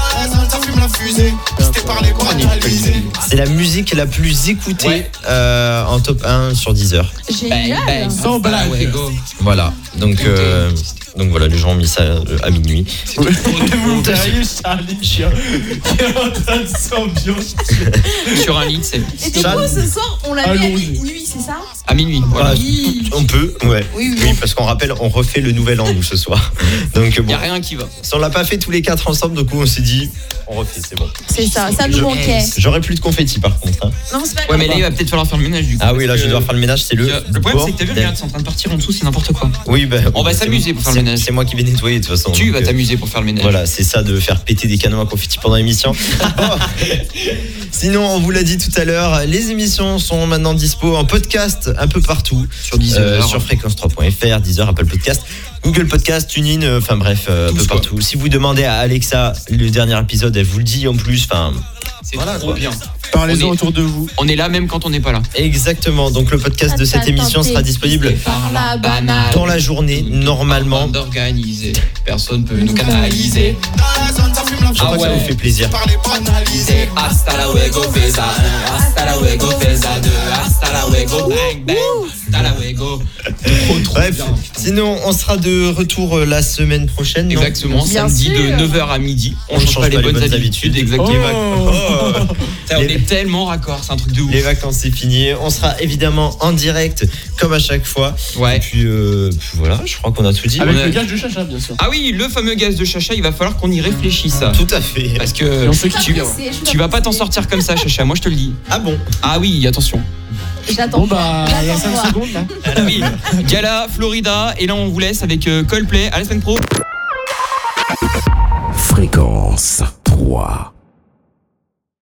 [SPEAKER 3] C'est la musique la plus écoutée
[SPEAKER 2] Ouais.
[SPEAKER 3] euh, en top 1 sur 10 heures.
[SPEAKER 2] Bang,
[SPEAKER 5] Génial
[SPEAKER 2] bang.
[SPEAKER 4] Sans blague.
[SPEAKER 2] Ouais, go.
[SPEAKER 3] Voilà. Donc, euh, donc voilà, les gens ont mis ça euh, à minuit.
[SPEAKER 4] Mon terrier, Charlie, qui est en train de s'ambiance.
[SPEAKER 2] Sur un lit, c'est
[SPEAKER 5] Et du
[SPEAKER 3] Charles-
[SPEAKER 5] coup, ce soir, on l'a mis à
[SPEAKER 4] Allons-y.
[SPEAKER 5] minuit, c'est ça
[SPEAKER 2] à minuit. Voilà.
[SPEAKER 3] Voilà.
[SPEAKER 5] Oui
[SPEAKER 3] On peut, ouais.
[SPEAKER 5] Oui, oui.
[SPEAKER 3] Oui, parce qu'on rappelle, on refait le nouvel an, nous, ce soir. Donc,
[SPEAKER 2] Il
[SPEAKER 3] bon.
[SPEAKER 2] a rien qui va.
[SPEAKER 3] On l'a pas fait tous les quatre ensemble, donc on s'est dit, on refait, c'est bon.
[SPEAKER 7] C'est ça,
[SPEAKER 5] Ah,
[SPEAKER 7] ça
[SPEAKER 3] Je-
[SPEAKER 7] nous manquait.
[SPEAKER 3] J'aurais plus de confetti par contre. hein.
[SPEAKER 7] Non, c'est pas
[SPEAKER 2] Ouais,
[SPEAKER 7] grave.
[SPEAKER 2] mais là, il va peut-être falloir faire le ménage du coup.
[SPEAKER 3] Ah oui, là
[SPEAKER 2] parce
[SPEAKER 3] je vais
[SPEAKER 2] que-
[SPEAKER 3] devoir faire le ménage, c'est le.
[SPEAKER 2] Le problème, c'est que t'as vu,
[SPEAKER 3] bordel.
[SPEAKER 2] regarde, c'est en train de partir en dessous, c'est n'importe quoi.
[SPEAKER 3] Oui, bah,
[SPEAKER 2] On va
[SPEAKER 3] c'est
[SPEAKER 2] s'amuser
[SPEAKER 3] bon.
[SPEAKER 2] pour faire le
[SPEAKER 3] C'est-
[SPEAKER 2] ménage.
[SPEAKER 3] C'est moi qui vais nettoyer de toute façon.
[SPEAKER 2] Tu
[SPEAKER 3] donc,
[SPEAKER 2] vas
[SPEAKER 3] euh,
[SPEAKER 2] t'amuser pour faire le ménage.
[SPEAKER 3] Voilà, c'est ça de faire péter des canons à confetti pendant l'émission. Bon. Sinon, on vous l'a dit tout à l'heure, les émissions sont maintenant dispo en podcast un peu partout.
[SPEAKER 2] Sur 10
[SPEAKER 3] Euh,
[SPEAKER 2] heures.
[SPEAKER 3] sur fréquence3.fr, Deezer, Apple Podcast, Google Podcast, TuneIn, euh, enfin bref, euh, un
[SPEAKER 2] Tous,
[SPEAKER 3] peu
[SPEAKER 2] quoi.
[SPEAKER 3] partout. Si vous demandez à Alexa le dernier épisode, elle vous le dit en plus. Enfin,
[SPEAKER 2] C'est
[SPEAKER 3] Voilà,
[SPEAKER 2] trop
[SPEAKER 3] quoi.
[SPEAKER 2] bien.
[SPEAKER 4] Parlez-en
[SPEAKER 2] On est-
[SPEAKER 4] autour de vous.
[SPEAKER 2] On est là même quand on n'est pas là.
[SPEAKER 3] exactement. Donc le podcast de cette émission sera disponible
[SPEAKER 7] Par la banane.
[SPEAKER 3] dans la journée normalement.
[SPEAKER 2] d'organiser. Personne peut nous canaliser.
[SPEAKER 6] Dans la zone, ça fume la
[SPEAKER 3] Je crois
[SPEAKER 2] Ah
[SPEAKER 3] que ça
[SPEAKER 2] ouais.
[SPEAKER 3] vous fait plaisir.
[SPEAKER 6] Par les banalisés.
[SPEAKER 2] Hasta la luego, pesa Hasta la luego, pesa Hasta la luego, bang, bang. Hasta la luego. Trop, trop
[SPEAKER 3] Bref,
[SPEAKER 2] bien.
[SPEAKER 3] sinon on sera de retour euh, la semaine prochaine. non
[SPEAKER 2] Exactement,
[SPEAKER 7] Bien
[SPEAKER 2] samedi
[SPEAKER 7] sûr.
[SPEAKER 2] de 9h à midi. On, change pas les bonnes, habitudes,
[SPEAKER 3] Oh.
[SPEAKER 2] exactement. Oh. Putain, On
[SPEAKER 3] Les-
[SPEAKER 2] est tellement raccord, c'est un truc de ouf.
[SPEAKER 3] Les vacances c'est fini. On sera évidemment en direct comme à chaque fois. Et
[SPEAKER 2] Ouais. Ah,
[SPEAKER 3] puis, euh, puis voilà, je crois qu'on a tout dit.
[SPEAKER 4] Avec
[SPEAKER 2] on a-
[SPEAKER 4] le gage de Chacha, bien sûr.
[SPEAKER 2] Ah oui, le fameux gaz de Chacha, il va falloir qu'on y réfléchisse.
[SPEAKER 3] Tout à fait.
[SPEAKER 2] Parce que
[SPEAKER 4] Et on fait qui
[SPEAKER 2] tu,
[SPEAKER 4] bien.
[SPEAKER 2] tu vas pas t'en sortir comme ça, Chacha, moi je te le dis.
[SPEAKER 3] Ah bon
[SPEAKER 2] Ah oui, attention.
[SPEAKER 7] J'attends.
[SPEAKER 4] Bon bah, il y a 5
[SPEAKER 7] J'attends.
[SPEAKER 4] secondes là.
[SPEAKER 2] Ah oui. Gala, Florida, et là on vous laisse avec euh, Coldplay. À la semaine pro.
[SPEAKER 8] Fréquence 3.